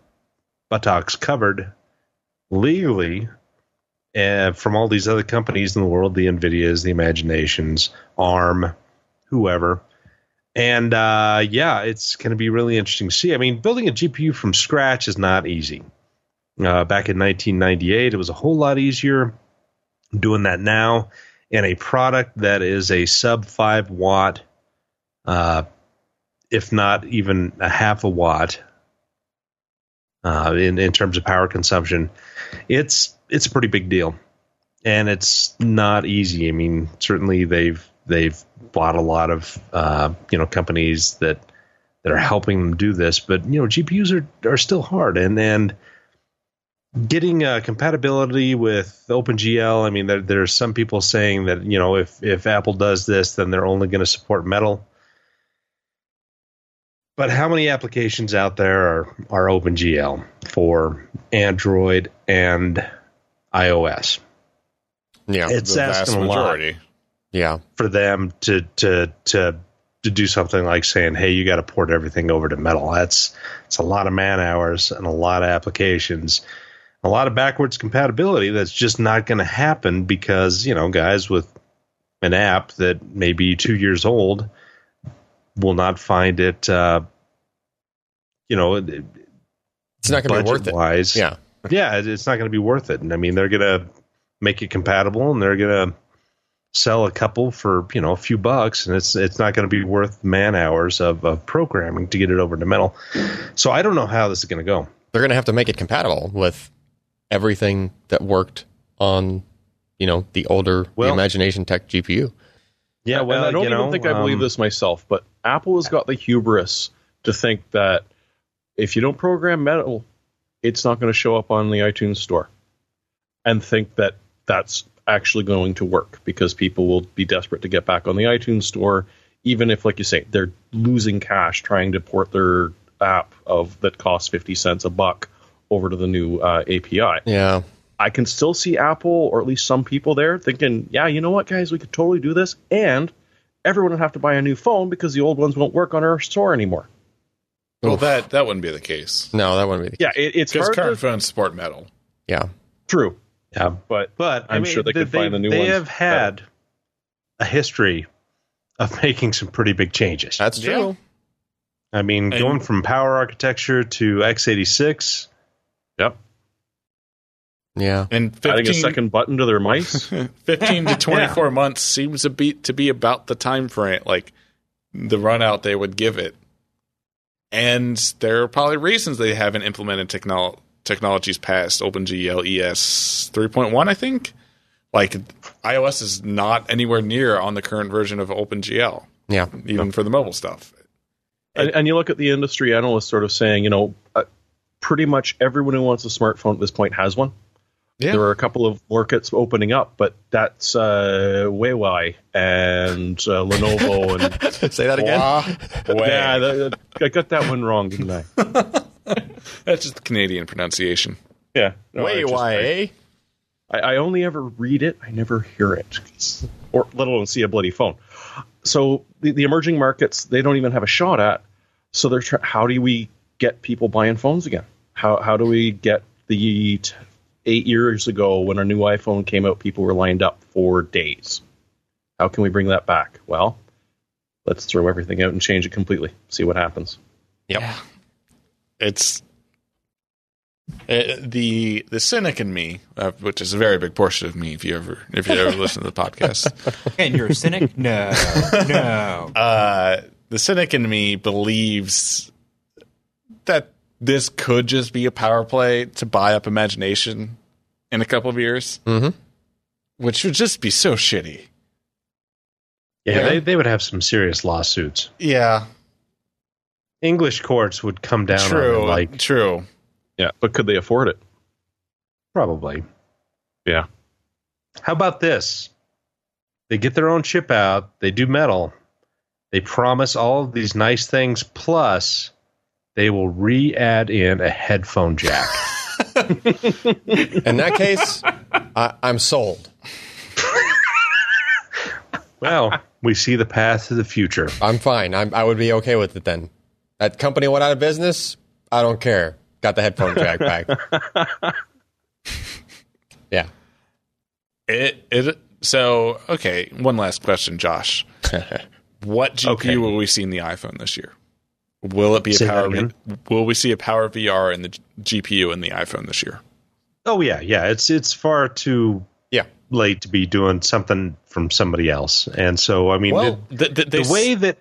S4: buttocks covered legally uh, from all these other companies in the world, the Nvidias, the Imaginations, ARM, whoever. And uh, yeah, it's going to be really interesting to see. I mean, building a GPU from scratch is not easy. Uh, back in 1998, it was a whole lot easier doing that now in a product that is a sub 5 watt uh, if not even a half a watt uh, in in terms of power consumption. It's it's a pretty big deal, and it's not easy. I mean, certainly they've they've bought a lot of uh, you know companies that that are helping them do this, but you know GPUs are are still hard, and and getting uh, compatibility with OpenGL. I mean, there, there are some people saying that you know if if Apple does this, then they're only going to support Metal. But how many applications out there are are OpenGL for Android and iOS?
S1: Yeah,
S4: It's
S1: the vast
S4: asking a lot.
S1: majority. Yeah,
S4: for them to to to to do something like saying, "Hey, you got to port everything over to metal." That's it's a lot of man hours and a lot of applications, a lot of backwards compatibility. That's just not going to happen because you know guys with an app that may be two years old will not find it. Uh, you know,
S1: it's not going to be worth
S4: budget
S1: it.
S4: wise,
S1: Yeah,
S4: yeah, it- it's not going to be worth it. And I mean, they're going to make it compatible, and they're going to sell a couple for you know a few bucks, and it's it's not going to be worth man hours of, of programming to get it over to metal. So I don't know how this is going to go.
S1: they're going to have to make it compatible with everything that worked on, you know, the older the
S4: Well-
S1: Imagination Tech GPU.
S4: Yeah,
S3: And I don't even think I
S4: um,
S3: believe this myself, but Apple has got the hubris to think that if you don't program metal, it's not going to show up on the iTunes store, and think that that's actually going to work because people will be desperate to get back on the iTunes store, even if, like you say, they're losing cash trying to port their app of that costs fifty cents a buck over to the new uh, API.
S1: Yeah,
S3: I can still see Apple or at least some people there thinking, yeah, you know what, guys, we could totally do this. And everyone would have to buy a new phone because the old ones won't work on our store anymore.
S2: Well,
S1: Oof.
S2: that that wouldn't be the case
S1: no, that wouldn't be.
S3: Yeah, it, it's
S2: because
S3: hard
S2: current
S3: to,
S2: phones support metal.
S1: Yeah,
S3: true,
S4: Yeah,
S3: but
S4: but I
S3: I'm
S4: mean,
S3: sure they could find the new
S4: They
S3: ones
S4: have had a history of making some pretty big changes.
S1: that's
S2: Yeah.
S1: true.
S4: I mean,
S2: And-
S4: going from Power Architecture to x86.
S3: yep,
S1: Yeah,
S2: And
S3: adding a
S2: 15,
S3: second button to their mice.
S2: 15 to 24 months seems to be to be about the time frame like the run out they would give it and there are probably reasons they haven't implemented technol- technologies past opengl E es 3.1 i think like ios is not anywhere near on the current version of opengl
S1: yeah,
S2: even for the mobile stuff
S3: and, and you look at the industry analysts sort of saying, you know, uh, pretty much everyone who wants a smartphone at this point has one.
S2: Yeah.
S3: There are a couple of markets opening up, but that's uh, Huawei and uh, Lenovo and
S1: Say that again.
S3: Yeah, that, that- I got that one wrong, didn't I?
S2: that's just the canadian pronunciation
S3: Yeah. No, I
S1: Way
S3: just-
S1: why? eh?
S3: I, I only ever read it. I never hear it, 'cause- or let alone see a bloody phone. So the, the emerging markets, they don't even have a shot at. So they're try- how do we get people buying phones again? How how do we get the t- eight years ago when our new iPhone came out, people were lined up for days. How can we bring that back? Well, let's throw everything out and change it completely. See what happens.
S2: it's uh, the the cynic in me, uh, which is a very big portion of me. If you ever if you ever listen to the podcast,
S5: And you're a cynic? No, no.
S2: uh, the cynic in me believes that this could just be a power play to buy up imagination in a couple of years,
S1: Mhm.
S2: which would just be so shitty.
S4: Yeah,
S2: Yeah.
S4: They, they would have some serious lawsuits.
S2: Yeah,
S4: English courts would come down on
S2: true,
S4: it, like
S2: true.
S3: Yeah, but could they afford it?
S4: probably.
S3: Yeah.
S4: How about this? They get their own chip out, they do metal, they promise all of these nice things, plus they will re add in a headphone jack.
S1: In that case, I, I'm sold.
S4: well, we see the path to the future.
S1: I'm fine. I'm, I would be okay with it then. That company went out of business. I don't care. Got the headphone jack back. yeah.
S2: It it so okay. One last question, Josh. what GPU
S4: Okay.
S2: will we see in the iPhone this year? Will it be
S4: Say
S2: a
S4: that
S2: power?
S4: again?
S2: Will we see a power VR and the G- GPU in the iPhone this year?
S4: Oh yeah, yeah. It's it's far too
S1: Yeah.
S4: late to be doing something from somebody else. And so I mean
S2: Well,
S4: the, the way that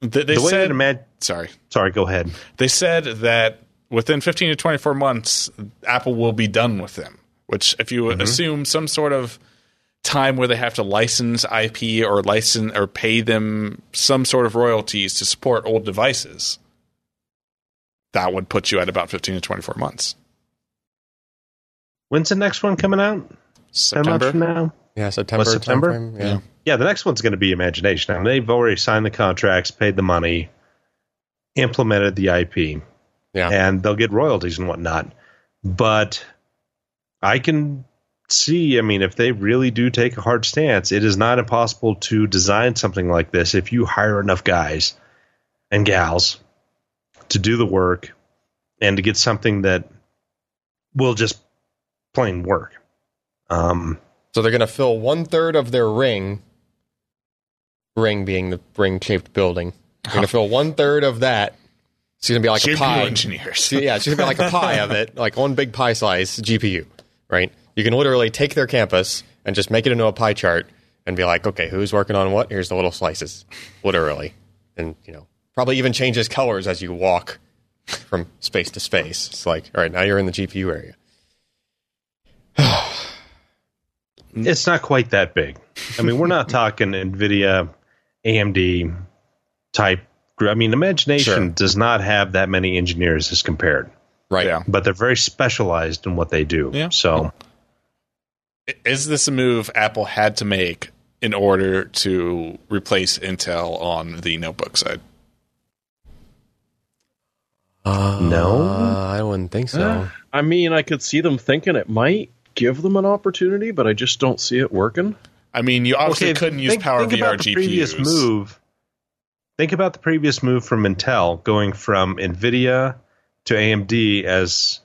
S2: Th- they
S4: the way
S2: said
S4: that imag-
S2: sorry.
S4: Sorry, go ahead.
S2: They said that within 15 to 24 months, Apple will be done with them. Which, if you assume some sort of time where they have to license IP or license or pay them some sort of royalties to support old devices, that would put you at about 15 to 24 months.
S4: When's the next one coming out? Ten months
S2: September.
S4: from now?
S1: Yeah, September.
S4: Was September?
S1: timeframe, Yeah.
S4: Yeah, the next one's going to be Imagination. I mean, they've already signed the contracts, paid the money, implemented the IP,
S1: Yeah.
S4: and they'll get royalties and whatnot. But I can see, I mean, if they really do take a hard stance, it is not impossible to design something like this if you hire enough guys and gals to do the work and to get something that will just plain work. Um,
S1: So they're going to fill one third of their ring, ring being the ring shaped building. They're going to fill one third of that. It's going to be like a
S2: GPU
S1: pie.
S2: engineers.
S1: She- yeah, it's just gonna be like a pie of it, like one big pie slice GPU, right? You can literally take their campus and just make it into a pie chart and be like, okay, who's working on what? Here's the little slices, literally, and you know, probably even changes colors as you walk from space to space. It's like, all right, now you're in the GPU area.
S4: it's not quite that big. I mean, we're not talking NVIDIA, AMD type. gr- I mean, Imagination
S1: Sure.
S4: does not have that many engineers as compared,
S1: Right.
S2: Yeah.
S4: but they're very specialized in what they do.
S2: Yeah.
S4: So,
S2: Is this a move Apple had to make in order to replace Intel on the notebook side?
S1: Uh,
S4: No?
S1: I wouldn't think so.
S3: I mean, I could see them thinking it might give them an opportunity, but I just don't see it working.
S2: I mean, you obviously couldn't use
S4: think-
S2: Power
S4: think
S2: VR
S4: about the
S2: GPUs.
S4: previous move. Think about the previous move from Intel going from NVIDIA to AMD as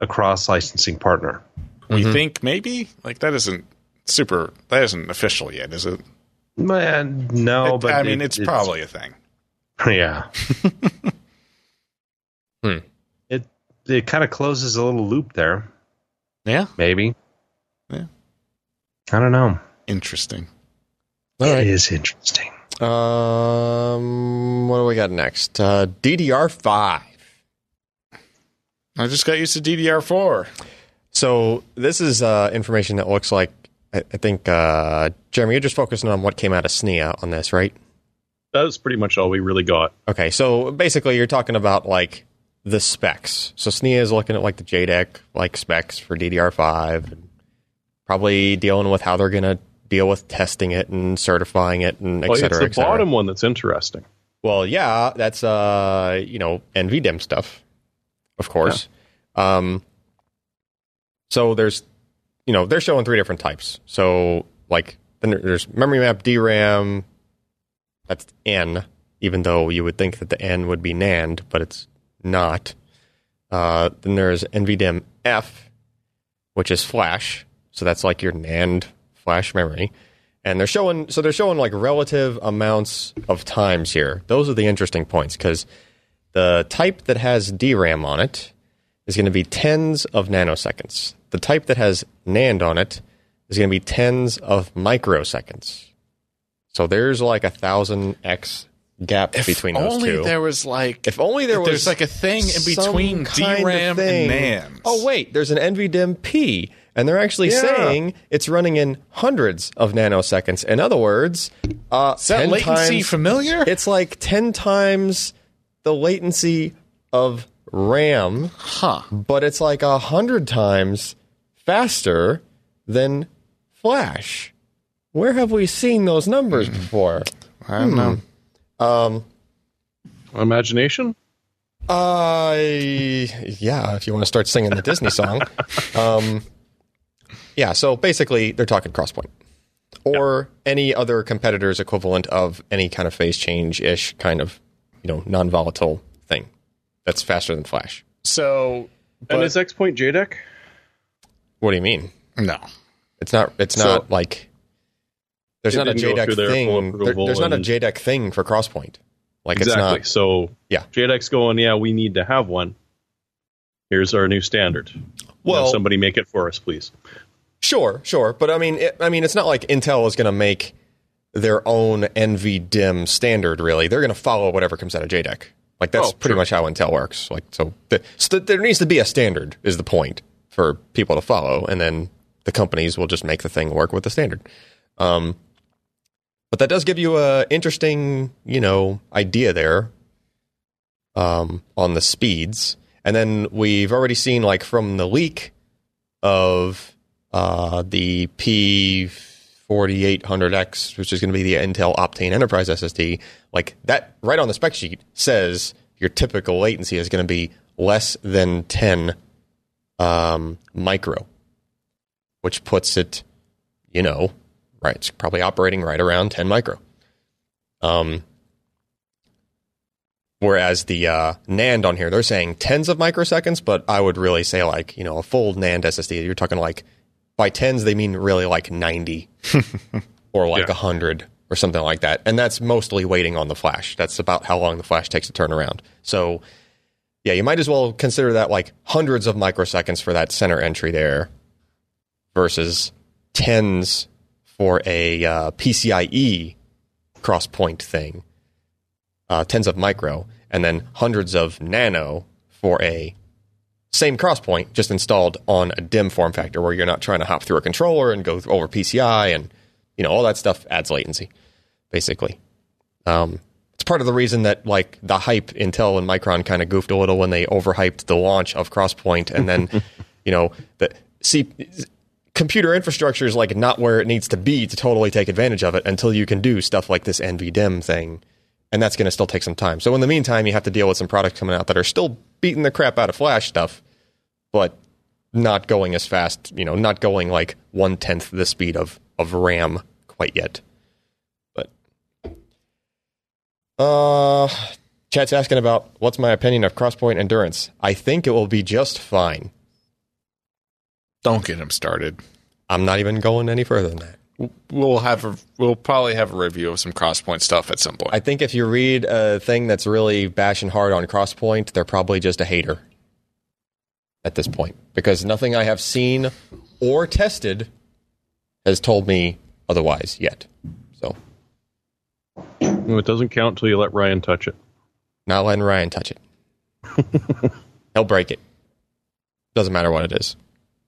S4: a cross licensing partner.
S2: We
S1: Mm-hmm.
S2: think maybe like that isn't super. That isn't official yet, is it?
S4: Man, no,
S2: It-
S4: but
S2: I mean,
S4: it-
S2: it's, probably a thing.
S4: Yeah.
S1: Hmm.
S4: It it kind of closes a little loop there,
S2: Yeah,
S4: maybe.
S2: Yeah.
S4: I don't know.
S2: interesting.
S1: All right.
S4: It is interesting.
S1: Um, what do we got next? Uh, DDR5.
S2: I just got used to DDR4.
S1: So this is uh, information that looks like I, I think uh, Jeremy, you're just focusing on what came out of SNIA on this, right?
S3: That's pretty much all we really got.
S1: Okay, so basically you're talking about like the specs. So SNIA is looking at like the JDEC like specs for DDR5, and probably dealing with how they're gonna deal with testing it and certifying it and et
S3: Well,
S1: cetera. et
S3: Oh, it's the
S1: cetera.
S3: bottom one that's interesting.
S1: Well, yeah, that's uh, you know, NVDIM stuff, of course. Um, so there's, you know, they're showing three different types. So like, then there- there's memory map DRAM. That's N, even though you would think that the N would be NAND, but it's not. Uh, then there's NVDIM F, which is flash. So that's like your NAND flash memory. And they're showing so they're showing like relative amounts of times here. Those are the interesting points because the type that has DRAM on it is going to be tens of nanoseconds. The type that has NAND on it is going to be tens of microseconds. So there's like a thousand x gap between those
S2: only
S1: two.
S2: there was like
S1: If only there
S2: if
S1: was
S2: there's like a thing in
S1: some
S2: between
S1: kind of
S2: DRAM
S1: thing.
S2: and NAND.
S1: Oh wait, there's an NVDIMM P, and they're actually saying it's running in hundreds of nanoseconds. In other words, uh,
S2: is that
S1: 10
S2: latency
S1: times-
S2: familiar?
S1: It's like ten times the latency of RAM,
S2: huh.
S1: but it's like a hundred times faster than flash. Where have we seen those numbers before?
S2: I don't know.
S1: Um,
S3: Imagination?
S1: Uh, yeah. If you want to start singing the Disney song, um, yeah. So basically, they're talking Crosspoint or any other competitor's equivalent of any kind of phase change ish kind of you know non volatile thing that's faster than Flash.
S2: So
S3: and
S2: But-
S3: is X Point JDEC?
S1: What do you mean?
S2: no.
S1: It's not. It's
S3: So-
S1: not like there's
S3: It
S1: not a
S3: didn't go
S1: JDEC
S3: through their full
S1: thing. There-
S3: approval
S1: there's not a
S3: and-
S1: JDEC thing for Crosspoint. Like
S3: Exactly.
S1: it's
S3: So
S1: Yeah.
S3: JDEC's going, yeah, we need to have one. Here's our new standard. Well,
S1: Well-
S3: somebody make it for us, please.
S1: not. Sure, sure. But I mean, it, I mean, it's not like Intel is going to make their own NVDIM standard. Really, they're going to follow whatever comes out of JDEC. Like that's
S6: Oh,
S1: pretty much how Intel works. Like so, th- so th- there needs to be a standard is the point for people to follow, and then the companies will just make the thing work with the standard. Um, but that does give you a interesting, you know, idea there um, on the speeds. And then we've already seen, like, from the leak of uh, the P4800X, which is going to be the Intel Optane Enterprise SSD, like, that right on the spec sheet says your typical latency is going to be less than 10 um, micro, which puts it, you know, right, it's probably operating right around 10 micro. Um, Whereas the uh, NAND on here, they're saying tens of microseconds, but I would really say like you know a full NAND SSD. You're talking like by tens, they mean really like ninety or like a hundred or something like that, and that's mostly waiting on the flash. That's about how long the flash takes to turn around. So yeah, you might as well consider that like hundreds of microseconds for that center entry there versus tens for a uh, PCIe cross point thing uh, tens of micro, and then hundreds of nano for a same crosspoint, just installed on a DIM form factor where you're not trying to hop through a controller and go th- over PCI and you know all that stuff adds latency, basically. Um, it's part of the reason that like the hype Intel and Micron kind of goofed a little when they overhyped the launch of Crosspoint, and then you know the see computer infrastructure is like not where it needs to be to totally take advantage of it until you can do stuff like this NVDIM thing. And that's going to still take some time. So in the meantime, you have to deal with some products coming out that are still beating the crap out of flash stuff, but not going as fast, you know, not going like one tenth the speed of, of RAM quite yet. But uh chat's asking about what's my opinion of crosspoint endurance. I think it will be just fine.
S6: Don't get him started.
S1: I'm not even going any further than that.
S6: We'll have a, we'll probably have a review of some crosspoint stuff at some point.
S1: I think if you read a thing that's really bashing hard on Crosspoint, they're probably just a hater at this point because nothing I have seen or tested has told me otherwise yet. So,
S3: It doesn't count until you let Ryan touch it.
S1: not letting Ryan touch it. He'll break it. Doesn't matter what it is.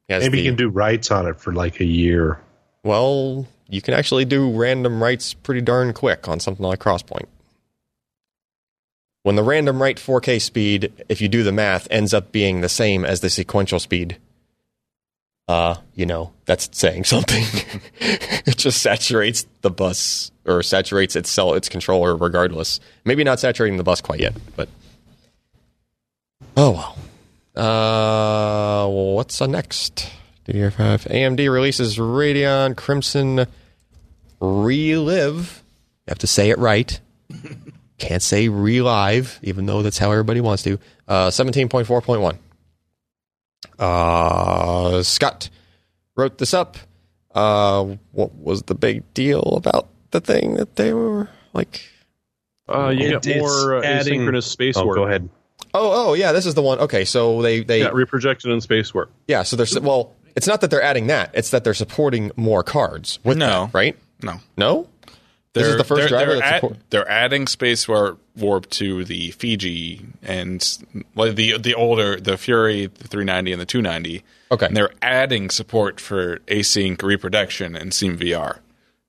S1: He has
S4: Maybe
S1: the-
S4: you can do rights on it for like a year.
S1: Well, you can actually do random writes pretty darn quick on something like Crosspoint. When the random write 4K speed, if you do the math, ends up being the same as the sequential speed, uh, you know, that's saying something. it just saturates the bus or saturates its cell, its controller, regardless. Maybe not saturating the bus quite yet, but oh well. Uh, what's uh, next? DDR5. AMD releases Radeon Crimson Relive. You have to say it right. Can't say relive, even though that's how everybody wants to. Uh, 17.4.1. Uh, Scott wrote this up. Uh, what was the big deal about the thing that they were like?
S3: Uh, you
S4: It-
S3: get
S4: it's
S3: more uh,
S4: adding-
S3: asynchronous space
S4: Oh,
S3: work.
S4: go ahead.
S1: Oh, oh, yeah, this is the one. Okay, so they they
S3: Yeah, reprojected in space work.
S1: Yeah, so there's well, it's not that they're adding that; it's that they're supporting more cards with
S6: No.
S1: that, right?
S6: no,
S1: No, this is
S6: They're-
S1: the first
S6: they're,
S1: driver
S6: They're,
S1: that's
S6: add-
S1: support-
S6: they're adding space warp, warp to the Fiji and like the the older the Fury, the 390 and the 290.
S1: Okay.
S6: and they're adding support for async reproduction and SeamVR,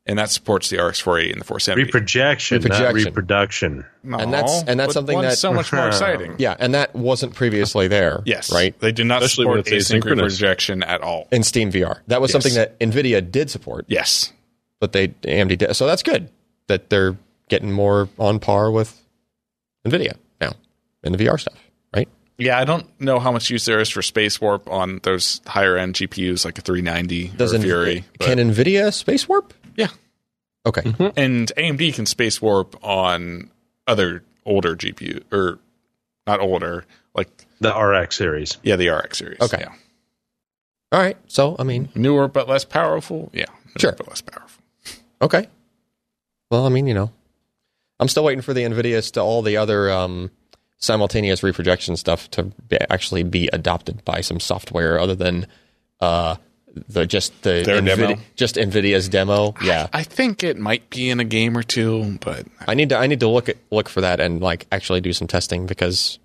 S6: and that supports the RX480 and the 470.
S4: Reprojection, not
S1: Reprojection.
S4: reproduction.
S1: and that's- and that's
S6: But
S1: something
S6: one's
S1: that-
S6: so much more exciting.
S1: yeah, and that wasn't previously there.
S6: Yes,
S1: right.
S6: They do not
S3: Especially
S6: support
S3: when it's
S6: async
S3: asynchronous.
S6: reproduction at all.
S1: In Steam VR, that was
S6: Yes.
S1: something that Nvidia did support,
S6: Yes,
S1: but they AMD did. So that's good that they're getting more on par with Nvidia now in the VR stuff, right?
S6: yeah. I don't know how much use there is for space warp on those higher end GPUs like a 390 or
S1: Doesn't
S6: Fury. but- Mm-hmm.
S1: can Nvidia space warp?
S6: yeah.
S1: Okay,
S6: and AMD can space warp on other older GPU or not older, like
S4: The RX series.
S6: yeah, the RX series.
S1: Okay.
S6: yeah.
S1: all right. So I mean,
S6: newer but less powerful. Yeah, newer
S1: Sure.
S6: but less powerful.
S1: Okay. Well, I mean, you know, I'm still waiting for the NVIDIA's to all the other um, simultaneous reprojection stuff to be, actually be adopted by some software other than uh, the just the
S7: Their demo?
S1: just Nvidia's demo. Yeah,
S2: I think it might be in a game or two, but
S1: I need to I need to look at, look for that and like actually do some testing because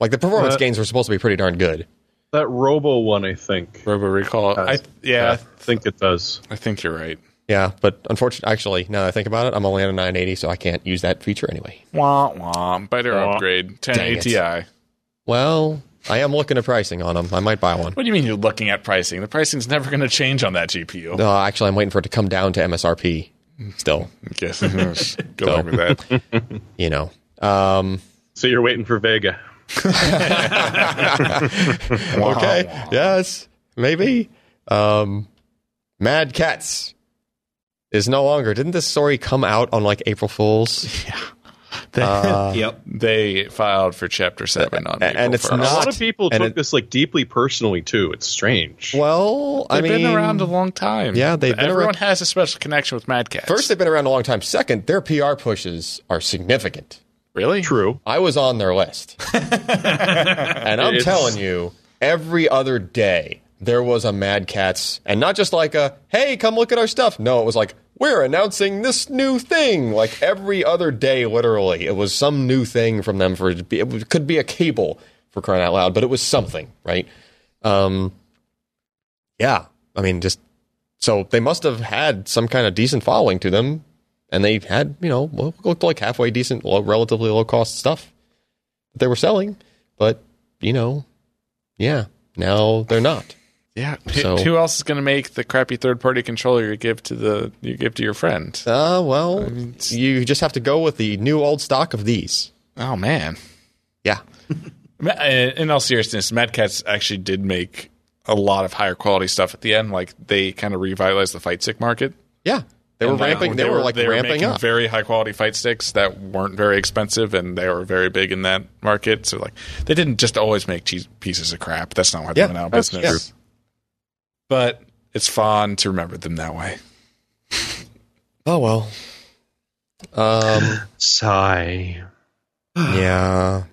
S1: like the performance
S3: Uh,
S1: gains were supposed to be pretty darn good.
S3: That Robo one, I think.
S2: Robo Recall. I yeah,
S3: I think it does.
S2: I think you're right.
S1: Yeah, but unfortunately, actually, now that I think about it, I'm only on a 980, so I can't use that feature anyway.
S2: Wah wah. Better
S3: Wah.
S2: upgrade. 10
S1: Dang it.
S2: ATI.
S1: Well, I am looking at pricing on them. I might buy one.
S2: What do you mean you're looking at pricing? The pricing's never going to change on that GPU.
S1: No, actually, I'm waiting for it to come down to MSRP. Still,
S2: Guess. Go over that.
S1: you know. Um,
S3: So you're waiting for Vega.
S1: okay. Yes. Maybe. Um, Mad Cats is no longer. Didn't this story come out on like April Fool's?
S2: Uh.
S5: yep.
S2: They filed for Chapter 7 on
S1: and
S2: April
S1: it's
S2: 1st.
S3: A lot
S1: Not-
S3: of people
S1: and
S3: took
S1: it-
S3: this like deeply personally too. It's strange.
S1: Well, I
S2: They've
S1: mean,
S2: been around a long time.
S1: Yeah, they've been
S2: Everyone
S1: around-
S2: has a special connection with Mad Cats.
S1: first they've been around a long time. Second, their PR pushes are significant.
S2: really?
S3: True.
S1: I was on their list. and I'm
S3: It's-
S1: telling you, every other day there was a Mad Cats, and not just like a, hey, come look at our stuff. No, it was like, we're announcing this new thing. Like every other day, literally, it was some new thing from them for it could be a cable for crying out loud, but it was something, right? Um, yeah, I mean, just so they must have had some kind of decent following to them, and they had you know what looked like halfway decent, low, relatively low cost stuff that they were selling. But you know, yeah, now they're not.
S2: Yeah. Who-
S1: So-
S2: Who else is going to make the crappy third party controller you give to the you give to your friend?
S1: Uh, well, you just have to go with the new old stock of these.
S2: Oh man.
S1: Yeah,
S2: Ma- uh, In all seriousness, Mad Cats actually did make a lot of higher quality stuff at the end. Like they kind of revitalized the fight stick market.
S1: yeah, they were ramping. They, were, like ramping
S2: making
S1: up.
S2: Very high quality fight sticks that weren't very expensive, and they were very big in that market. So like they didn't just always make cheese pieces of crap. That's not why they
S1: Yeah,
S2: went out of
S1: that's
S2: business.
S1: true.
S2: But it's fun to remember them that way.
S1: oh well. Um.
S4: Sigh.
S1: yeah.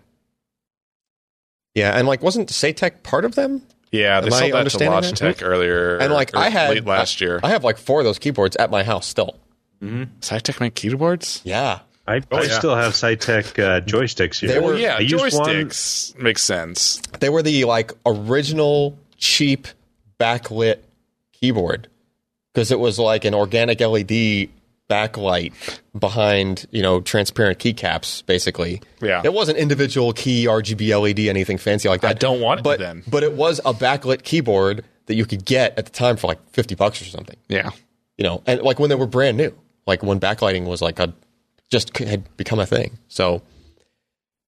S1: Yeah, and like, wasn't Satech part of them?
S2: Yeah, they
S1: Am I
S2: sold that to
S1: understanding that? Hmm?
S2: Logitech earlier,
S1: And like,
S2: or
S1: I had
S2: late last year.
S1: I have like four of those keyboards at my house still.
S2: Cytech make keyboards.
S1: Yeah,
S3: Oh,
S4: I, I still have Cytec uh, joysticks here.
S1: They were-
S2: Yeah,
S4: I used one-
S2: joysticks makes sense.
S1: they were the like original cheap backlit keyboard because it was like an organic LED backlight behind you know transparent keycaps basically.
S2: Yeah.
S1: it wasn't individual key RGB LED E anything fancy like that.
S2: I don't want it
S1: but
S2: then.
S1: but it was a backlit keyboard that you could get at the time for like fifty bucks or something.
S2: Yeah,
S1: you know, and like when they were brand new, like when backlighting was like a just c- had become a thing. So,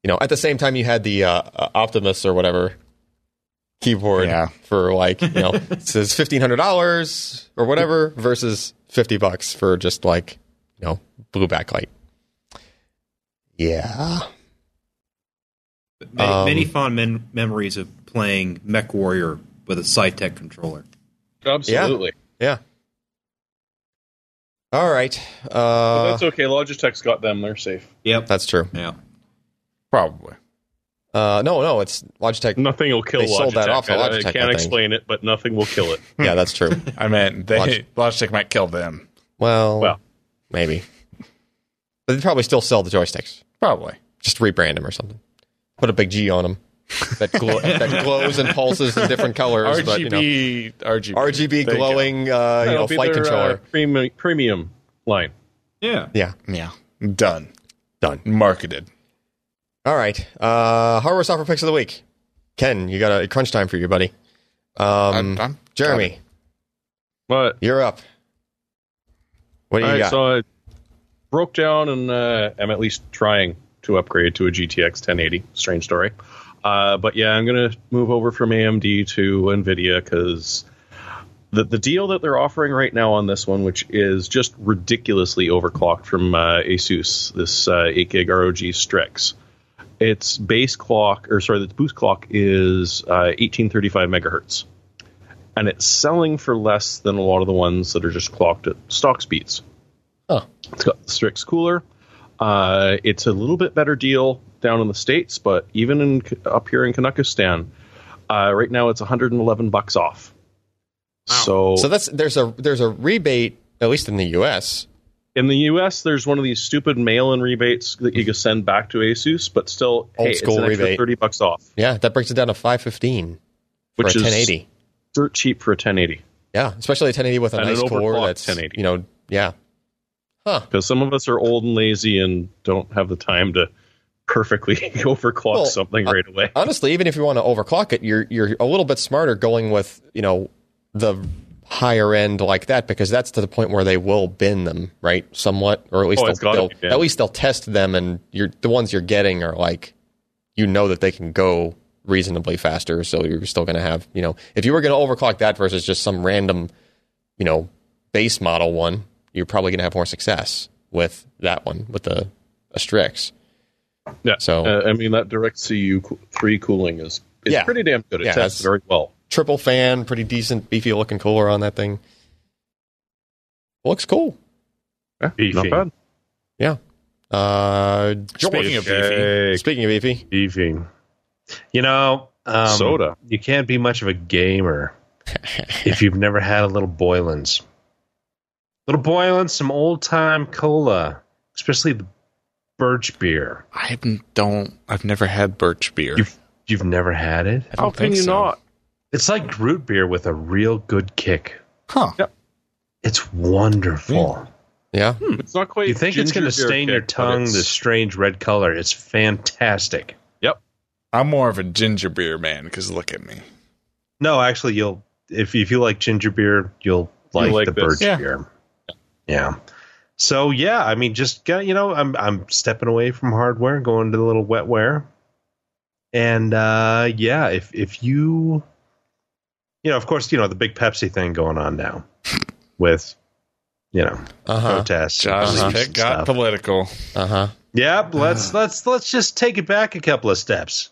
S1: you know, at the same time, you had the uh, uh, Optimus or whatever keyboard
S2: Yeah.
S1: for like you know it says fifteen hundred dollars or whatever versus fifty bucks for just like you know blue backlight. Yeah,
S5: Many,
S1: Um,
S5: many fond men- memories of playing Mech Warrior with a Cytec controller.
S3: Oh, Absolutely.
S1: yeah. All right,
S3: But
S1: uh,
S3: that's okay. Logitech's got them. They're safe.
S5: Yep.
S1: that's true.
S5: yeah.
S2: probably.
S1: Uh, no, no, it's Logitech.
S3: Nothing will kill
S1: They
S3: Logitech.
S1: sold that off to
S3: I-
S1: Logitech,
S3: I,
S1: I
S3: can't
S1: think.
S3: explain it, but nothing will kill it.
S1: Yeah, that's true.
S2: I meant they
S1: Log-
S2: Logitech might kill them.
S1: Well,
S3: Well.
S1: maybe. But they probably still sell the joysticks.
S2: Probably.
S1: Just rebrand them or something. Put a big G on them that, glow, that glows and pulses in different colors.
S2: RGB,
S1: but you know,
S2: RGB,
S1: RGB glowing, uh, you
S3: That'll
S1: know,
S3: be
S1: flight
S3: their,
S1: controller.
S3: uh, premium, premium line.
S5: Yeah.
S1: yeah.
S2: Yeah, done,
S1: Done.
S2: marketed.
S1: All right. Uh, hardware software picks of the week. Ken, you got a crunch time for you, buddy. Um,
S2: I'm- I'm-
S1: Jeremy,
S3: But
S1: you're up. What do you
S3: All right,
S1: got?
S3: so I broke down and uh, am at least trying to upgrade to a GTX 1080. Strange story. Uh, but yeah, I'm going to move over from AMD to NVIDIA because the, the deal that they're offering right now on this one, which is just ridiculously overclocked from uh, Asus, this uh, 8 gig ROG Strix, its base clock, or sorry, its boost clock is uh, 1835 megahertz. And it's selling for less than a lot of the ones that are just clocked at stock speeds.
S1: Oh.
S3: It's got the Strix cooler. Uh, it's a little bit better deal down in the states, but even in up here in Kazakhstan, uh, right now it's 111 bucks off. So,
S1: So that's there's a there's a rebate at least in the U.S.
S3: in the U.S., there's one of these stupid mail-in rebates that you can send back to ASUS, but still,
S1: Old
S3: hey, it's
S1: school
S3: an extra
S1: rebate.
S3: thirty bucks off,
S1: Yeah, that brings it down to five fifteen for a
S3: which is
S1: ten eighty.
S3: dirt cheap for a 1080.
S1: Yeah, especially a ten eighty with a
S3: And an
S1: nice core
S3: overclocked
S1: that's
S3: 1080.
S1: you know yeah. Huh.
S3: Because some of us are old and lazy and don't have the time to perfectly overclock
S1: Well,
S3: something
S1: uh,
S3: right away.
S1: honestly, even if you want to overclock it, you're you're a little bit smarter going with you know the higher end like that because that's to the point where they will bin them, right? Somewhat, or at least
S3: Oh, it's
S1: they'll,
S3: gotta
S1: they'll-
S3: be binned.
S1: at least they'll test them, and you're the ones you're getting are like you know that they can go reasonably faster, so you're still going to have you know if you were going to overclock that versus just some random you know base model one, you're probably going to have more success with that one with the Astrix.
S3: Yeah.
S1: So-
S3: uh, I mean, that direct CU co- three cooling is it's
S1: Yeah.
S3: pretty damn good. It
S1: Yeah,
S3: tests
S1: that's-
S3: very well.
S1: triple fan, pretty decent, beefy looking cooler on that thing. Looks cool.
S3: Not
S4: Beefy.
S3: bad.
S1: Uh, George,
S6: Speaking of beefy,
S1: speaking of beefy,
S4: Beefy. You know, um,
S3: Soda.
S4: You can't be much of a gamer if you've never had a little Boylan's. Little Boylan's, some old time cola, especially the birch beer.
S6: I don't. I've never had birch beer.
S4: You've you've never had it.
S6: I don't think so.
S4: It's like root beer with a real good kick.
S6: Huh?
S4: It's wonderful.
S1: yeah,
S3: It's not quite.
S4: You think it's going to stain your tongue this strange red color? It's fantastic.
S6: I'm more of a ginger beer man because look at me.
S4: No, actually, you'll if if you like ginger beer, you'll like,
S3: like
S4: the
S3: this.
S4: birch
S6: Yeah.
S4: beer. Yeah. So yeah, I mean, just got you know, I'm I'm stepping away from hardware, going to the little wetware, and uh, yeah, if if you, you know, of course, you know the big Pepsi thing going on now with, you know,
S1: uh huh,
S4: protests. and
S6: Josh's
S4: beliefs
S6: pick
S4: and
S6: got
S4: stuff.
S6: political.
S1: uh huh.
S4: Yep, let's let's let's just take it back a couple of steps.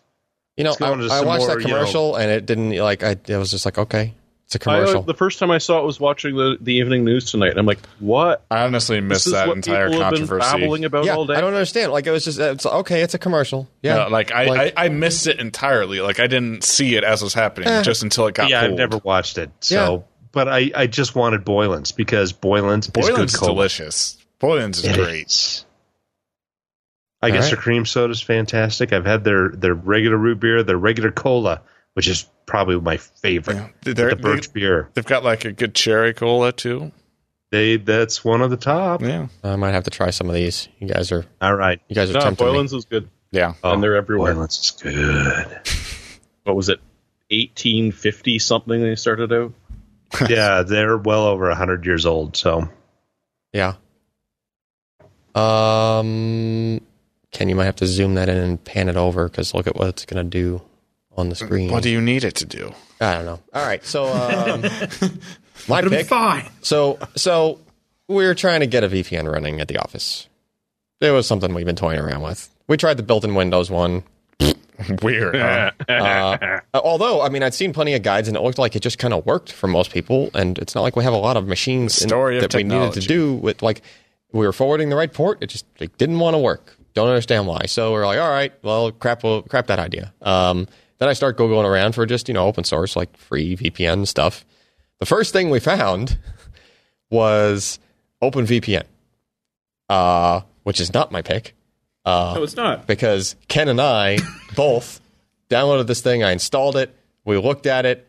S1: You know,
S4: Let's go
S1: I,
S4: on to
S1: I
S4: some
S1: watched
S4: more,
S1: that
S4: you know-
S1: commercial and it didn't like. I, I was just like, okay, it's a
S3: I, uh,
S1: commercial.
S3: the first time I saw it was watching the, the evening news tonight, and I'm like, "What?
S6: I honestly
S3: This
S6: missed
S3: is
S6: that
S3: what
S6: entire
S3: people have been
S6: controversy.
S3: babbling about
S1: yeah,
S3: all day."
S1: I don't understand. Like it was just, it's okay, it's a commercial. Yeah,
S6: Yeah, like I,
S1: Like-
S6: I, I missed it entirely. Like I didn't see it as it was happening,
S1: Eh.
S6: just until it got.
S4: yeah, I've
S6: pulled.
S4: never watched it. So, but I, I just wanted Boylan's because Boylan's,
S6: Boylan's
S4: is
S6: is
S4: good cola.
S6: delicious. Boylan's is
S4: It
S6: great.
S4: is. I
S1: All
S4: guess
S1: right.
S4: their cream soda is fantastic. I've had their their regular root beer, their regular cola, which is probably my favorite.
S6: Yeah.
S4: But
S6: They're-
S4: the birch beer,
S6: They've got like a good cherry cola too.
S4: they that's one of the top.
S6: Yeah,
S1: I might have to try some of these. You guys are,
S4: All right,
S1: you guys are
S3: no,
S1: tempting me.
S3: Boylan's is good,
S6: yeah.
S4: Oh,
S3: and they're everywhere.
S4: Boylan's is good.
S3: What was it? 1850 something they started out.
S4: yeah, they're well over hundred years old. So,
S1: Yeah. Um, Ken, you might have to zoom that in and pan it over because look at what it's gonna do on the screen.
S6: What do you need it to do?
S1: I don't know. All right, so um, my
S5: It'll be
S1: pick.
S5: fine.
S1: So so we were trying to get a VPN running at the office. It was something we've been toying around with. We tried the built-in Windows one.
S6: Weird. huh?
S1: Uh, although, I mean, I'd seen plenty of guides, and it looked like it just kind of worked for most people. And it's not like we have a lot of machines in-
S6: story of
S1: that we needed to
S6: technology.
S1: do with like we were forwarding the right port. It just like, didn't want to work. Don't understand why. So we're like, all right, well, crap, well, crap that idea. Um, then I start googling around for just you know open source like free VPN stuff. The first thing we found was OpenVPN, uh, which is not my pick
S8: No, it's not.
S1: because Ken and I both downloaded this thing. I installed it. We looked at it.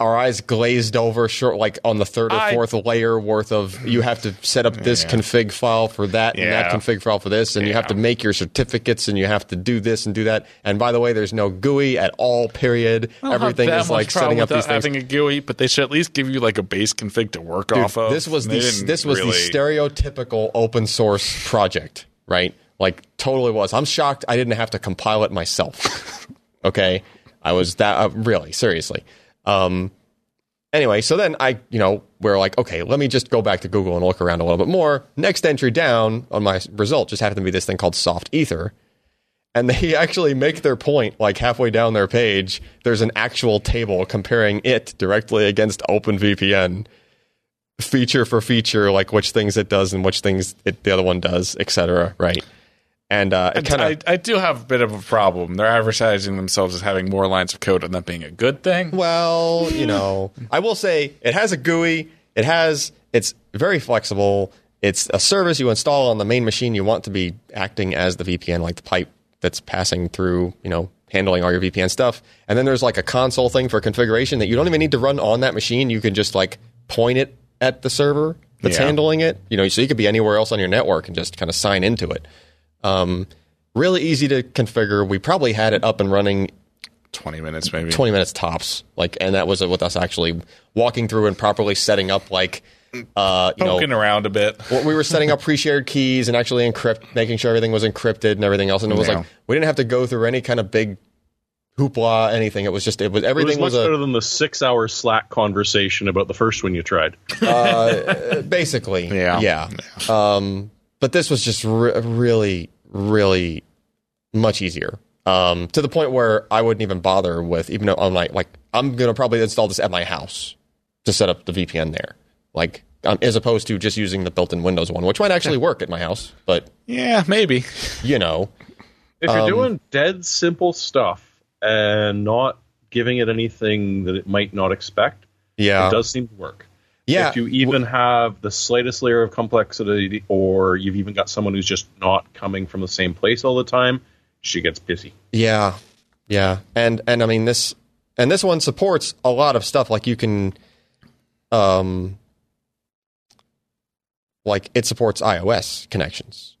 S1: Our eyes glazed over, short like on the third or fourth layer worth of you have to set up this config file for that and that
S6: Yeah.
S1: config file for this, and you have to make your certificates and you have to do this and do that. And by the way, there's no GUI at all. Period. Everything
S6: Not that
S1: is like
S6: much problem
S1: setting up
S6: without
S1: these things.
S6: having a GUI, but they should at least give you like a base config to work
S1: Dude,
S6: off of.
S1: This was
S6: They
S1: the
S6: didn't
S1: this was
S6: really-
S1: the stereotypical open source project, right? Like totally was. I'm shocked I didn't have to compile it myself. okay, I was that uh, really seriously. Um, anyway, so then I, you know, we're like, okay, let me just go back to Google and look around a little bit more. Next entry down on my result just happened to be this thing called Soft Ether. And they actually make their point like halfway down their page. There's an actual table comparing it directly against OpenVPN feature for feature, like which things it does and which things it, the other one does, etc. Right? and uh, it kind
S2: I,
S1: of
S2: I do have a bit of a problem. They're advertising themselves as having more lines of code, and that being a good thing.
S1: well, you know, I will say it has a GUI. It has it's very flexible. It's a service you install on the main machine you want to be acting as the VPN, like the pipe that's passing through, you know, handling all your VPN stuff. And then there's like a console thing for configuration that you don't even need to run on that machine. You can just like point it at the server that's
S2: Yeah.
S1: handling it. You know, so you could be anywhere else on your network and just kind of sign into it. Um, really easy to configure. We probably had it up and running
S2: Twenty minutes, maybe.
S1: 20 minutes tops like and that was with us actually walking through and properly setting up like uh you know
S2: Poking around a bit.
S1: what we were setting up pre-shared keys and actually encrypt making sure everything was encrypted and everything else and it was
S2: Yeah.
S1: like we didn't have to go through any kind of big hoopla anything it was just it was
S3: It was
S1: everything
S3: much
S1: was,
S3: better than the six-hour Slack conversation about the first one you tried.
S1: a basically
S2: Yeah.
S1: yeah um but this was just re- really really much easier um to the point where i wouldn't even bother with even though i'm like like i'm gonna probably install this at my house to set up the VPN there, like um, as opposed to just using the built-in Windows one, which might actually work at my house. But
S2: Yeah, maybe.
S1: you know,
S3: If you're
S1: Um,
S3: doing dead simple stuff and not giving it anything that it might not expect,
S1: yeah,
S3: it does seem to work.
S1: Uh, yeah,
S3: If you even have the slightest layer of complexity, or you've even got someone who's just not coming from the same place all the time, she gets busy.
S1: yeah, yeah, and and I mean this and this one supports a lot of stuff. Like you can, um, like it supports iOS connections,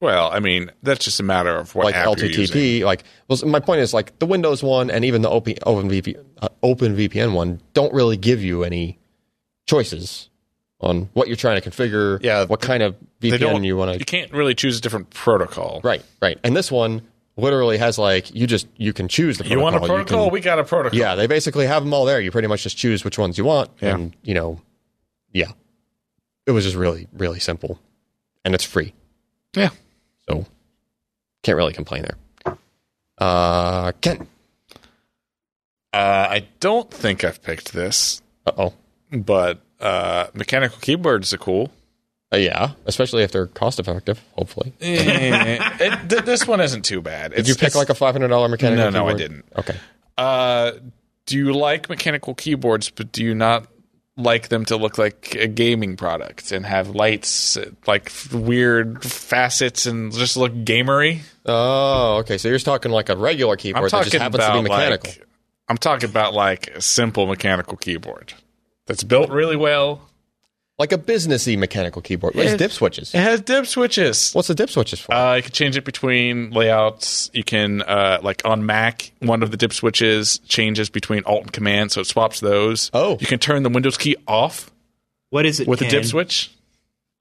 S2: Well, I mean, that's just a matter of what
S1: like
S2: app you're using.
S1: LTTP. Like, well, so my point is like the Windows one and even the OP, OpenVPN, uh, OpenVPN one don't really give you any choices on what you're trying to configure.
S2: Yeah,
S1: what kind of VPN
S2: don't-
S1: you want
S2: You
S1: to.
S2: can't really choose a different protocol.
S1: Right, right. And this one literally has like you just you can choose the
S2: You
S1: protocol.
S2: want a protocol?
S1: can-
S2: we got a protocol.
S1: yeah, they basically have them all there. You pretty much just choose which ones you want,
S2: Yeah.
S1: and you know, yeah. It was just really, really simple, and it's free.
S2: Yeah.
S1: So can't really complain there. Uh, Ken.
S2: Uh, I don't think I've picked this,
S1: Uh oh.
S2: but uh, mechanical keyboards are cool.
S1: Uh, yeah, especially if they're cost effective. Hopefully, did
S2: Eh, it, th- this one isn't too bad. Did
S1: you pick like a five hundred dollar mechanical?
S2: No, no, I
S1: keyboard?
S2: didn't.
S1: Okay.
S2: Uh, do you like mechanical keyboards, but do you not like them to look like a gaming product and have lights, uh, like f- weird facets, and just look gamery?
S1: Oh, okay. So you're just talking like a regular keyboard that just happens to be mechanical.
S2: like I'm talking about like a simple mechanical keyboard that's built really well.
S1: like a businessy mechanical keyboard. What is
S2: Yeah.
S1: dip switches?
S2: It has dip switches.
S1: What's the dip switches for?
S2: Uh, you can change it between layouts. You can, uh, like on Mac, one of the dip switches changes between Alt and Command, so it swaps those.
S1: Oh.
S2: you can turn the Windows key off
S5: What is it?
S2: with a
S5: Ken?
S2: dip switch.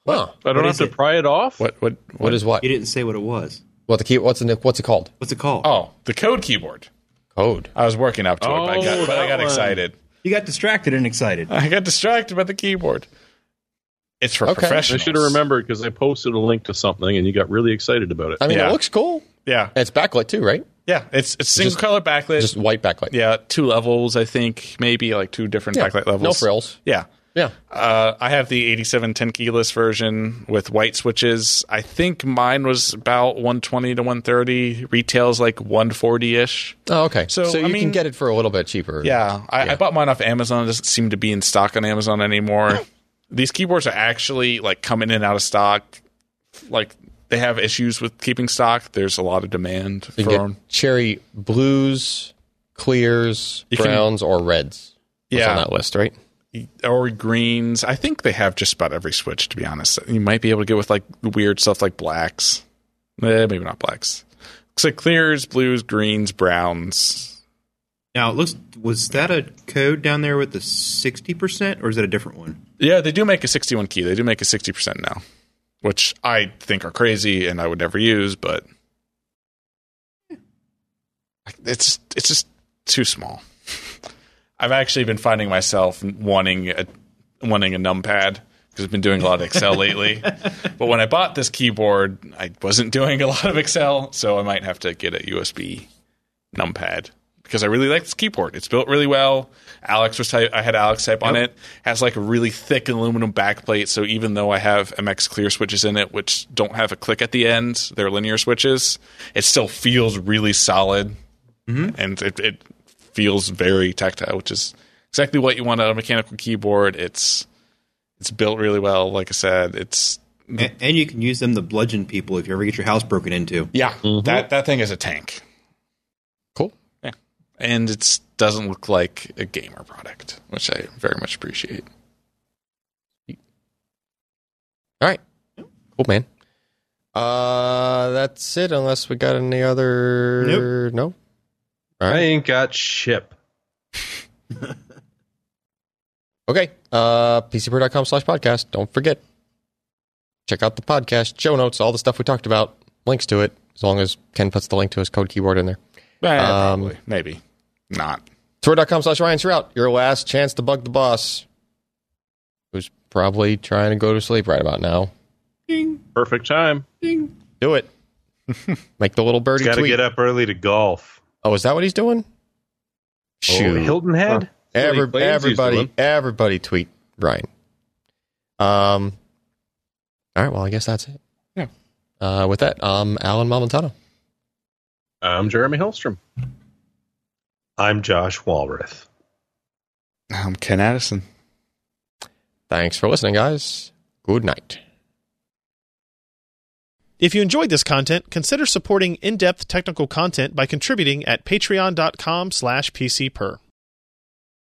S1: huh.
S3: I don't
S5: What
S3: have
S5: is
S3: to
S5: it?
S3: pry it off.
S2: What? What?
S1: What is what?
S5: You didn't say what it was.
S1: What the key? What's the, what's it called?
S5: What's it called?
S2: Oh, the code keyboard.
S1: Code.
S2: I was working up to it, but I
S3: Oh,
S2: got, but I
S3: that
S2: got
S3: one.
S2: excited.
S5: You got distracted and excited.
S2: I got distracted by the keyboard. It's for
S1: Okay.
S3: I
S2: professionals.
S3: should have remembered because I posted a link to something and you got really excited about it.
S1: I mean,
S2: Yeah.
S1: it looks cool.
S2: Yeah,
S1: And it's backlit too, right?
S2: yeah. It's it's single color backlit.
S1: Just white backlit.
S2: yeah, two levels. I think maybe like two different
S1: Yeah.
S2: backlight levels.
S1: No frills.
S2: Yeah.
S1: Yeah.
S2: Uh, I have the 8710 keyless version with white switches. I think mine was about 120 to 130. Retails like 140 ish.
S1: Oh, okay. So,
S2: So,
S1: you
S2: I
S1: can
S2: mean-
S1: get it for a little bit cheaper.
S2: Yeah, I, I bought mine off Amazon. It doesn't seem to be in stock on Amazon anymore. These keyboards are actually like coming in and out of stock. Like they have issues with keeping stock. There's a lot of demand
S1: You
S2: for
S1: can
S2: them.
S1: get cherry blues, clears,
S2: can-
S1: browns, or reds. What's
S2: Yeah.
S1: on that list, right?
S2: or greens. I think they have just about every switch. To be honest, you might be able to get with like weird stuff like blacks. Eh, maybe not blacks. Looks like clears, blues, greens, browns.
S5: Now it looks. Was that a code down there with the sixty percent, or is that a different one?
S2: Yeah, they do make a 61 key. They do make a 60% now, which I think are crazy and I would never use, but it's it's just too small. I've actually been finding myself wanting a wanting a numpad because I've been doing a lot of Excel lately. But when I bought this keyboard, I wasn't doing a lot of Excel, so I might have to get a USB numpad because I really like this keyboard. It's built really well. Alex was type. I had Alex type on it. Has like a really thick aluminum backplate, so even though I have MX clear switches in it, which don't have a click at the end, they're linear switches. It still feels really solid, and it, it feels very tactile, which is exactly what you want out of a mechanical keyboard. It's it's built really well. Like I said, it's
S5: And, and you can use them to bludgeon people if you ever get your house broken into.
S2: yeah, that that thing is a tank,
S1: Cool.
S2: and it doesn't look like a gamer product, which I very much appreciate.
S1: All right. Cool, man. Uh, that's it. Unless we got any other. No. All
S4: I
S1: right.
S4: ain't got ship.
S1: Okay. Uh, PCBrew.com slash podcast. Don't forget. Check out the podcast, show notes, all the stuff we talked about, links to it, as long as Ken puts the link to his code keyboard in there.
S2: Eh,
S1: Um,
S2: probably, maybe not.
S1: Twitter.com slash Ryan Shrout. Your last chance to bug the boss. Who's probably trying to go to sleep right about now.
S3: Perfect time.
S1: Do it. Make the little birdie
S4: Got to
S1: tweet.
S4: get up early to golf.
S1: Oh, is that what he's doing?
S4: Oh,
S1: Shoot.
S4: Hilton Head.
S1: Every,
S3: Plains used to
S1: everybody,
S3: live.
S1: everybody tweet Ryan. Um. All right. Well, I guess that's it.
S2: Yeah.
S1: Uh, with that, um, Alan Malmontano.
S3: I'm Jeremy Hellstrom.
S4: I'm Josh Walrath.
S2: I'm Ken Addison.
S1: Thanks for listening, guys. Good night.
S8: If you enjoyed this content, consider supporting in-depth technical content by contributing at patreon.com slash pcper.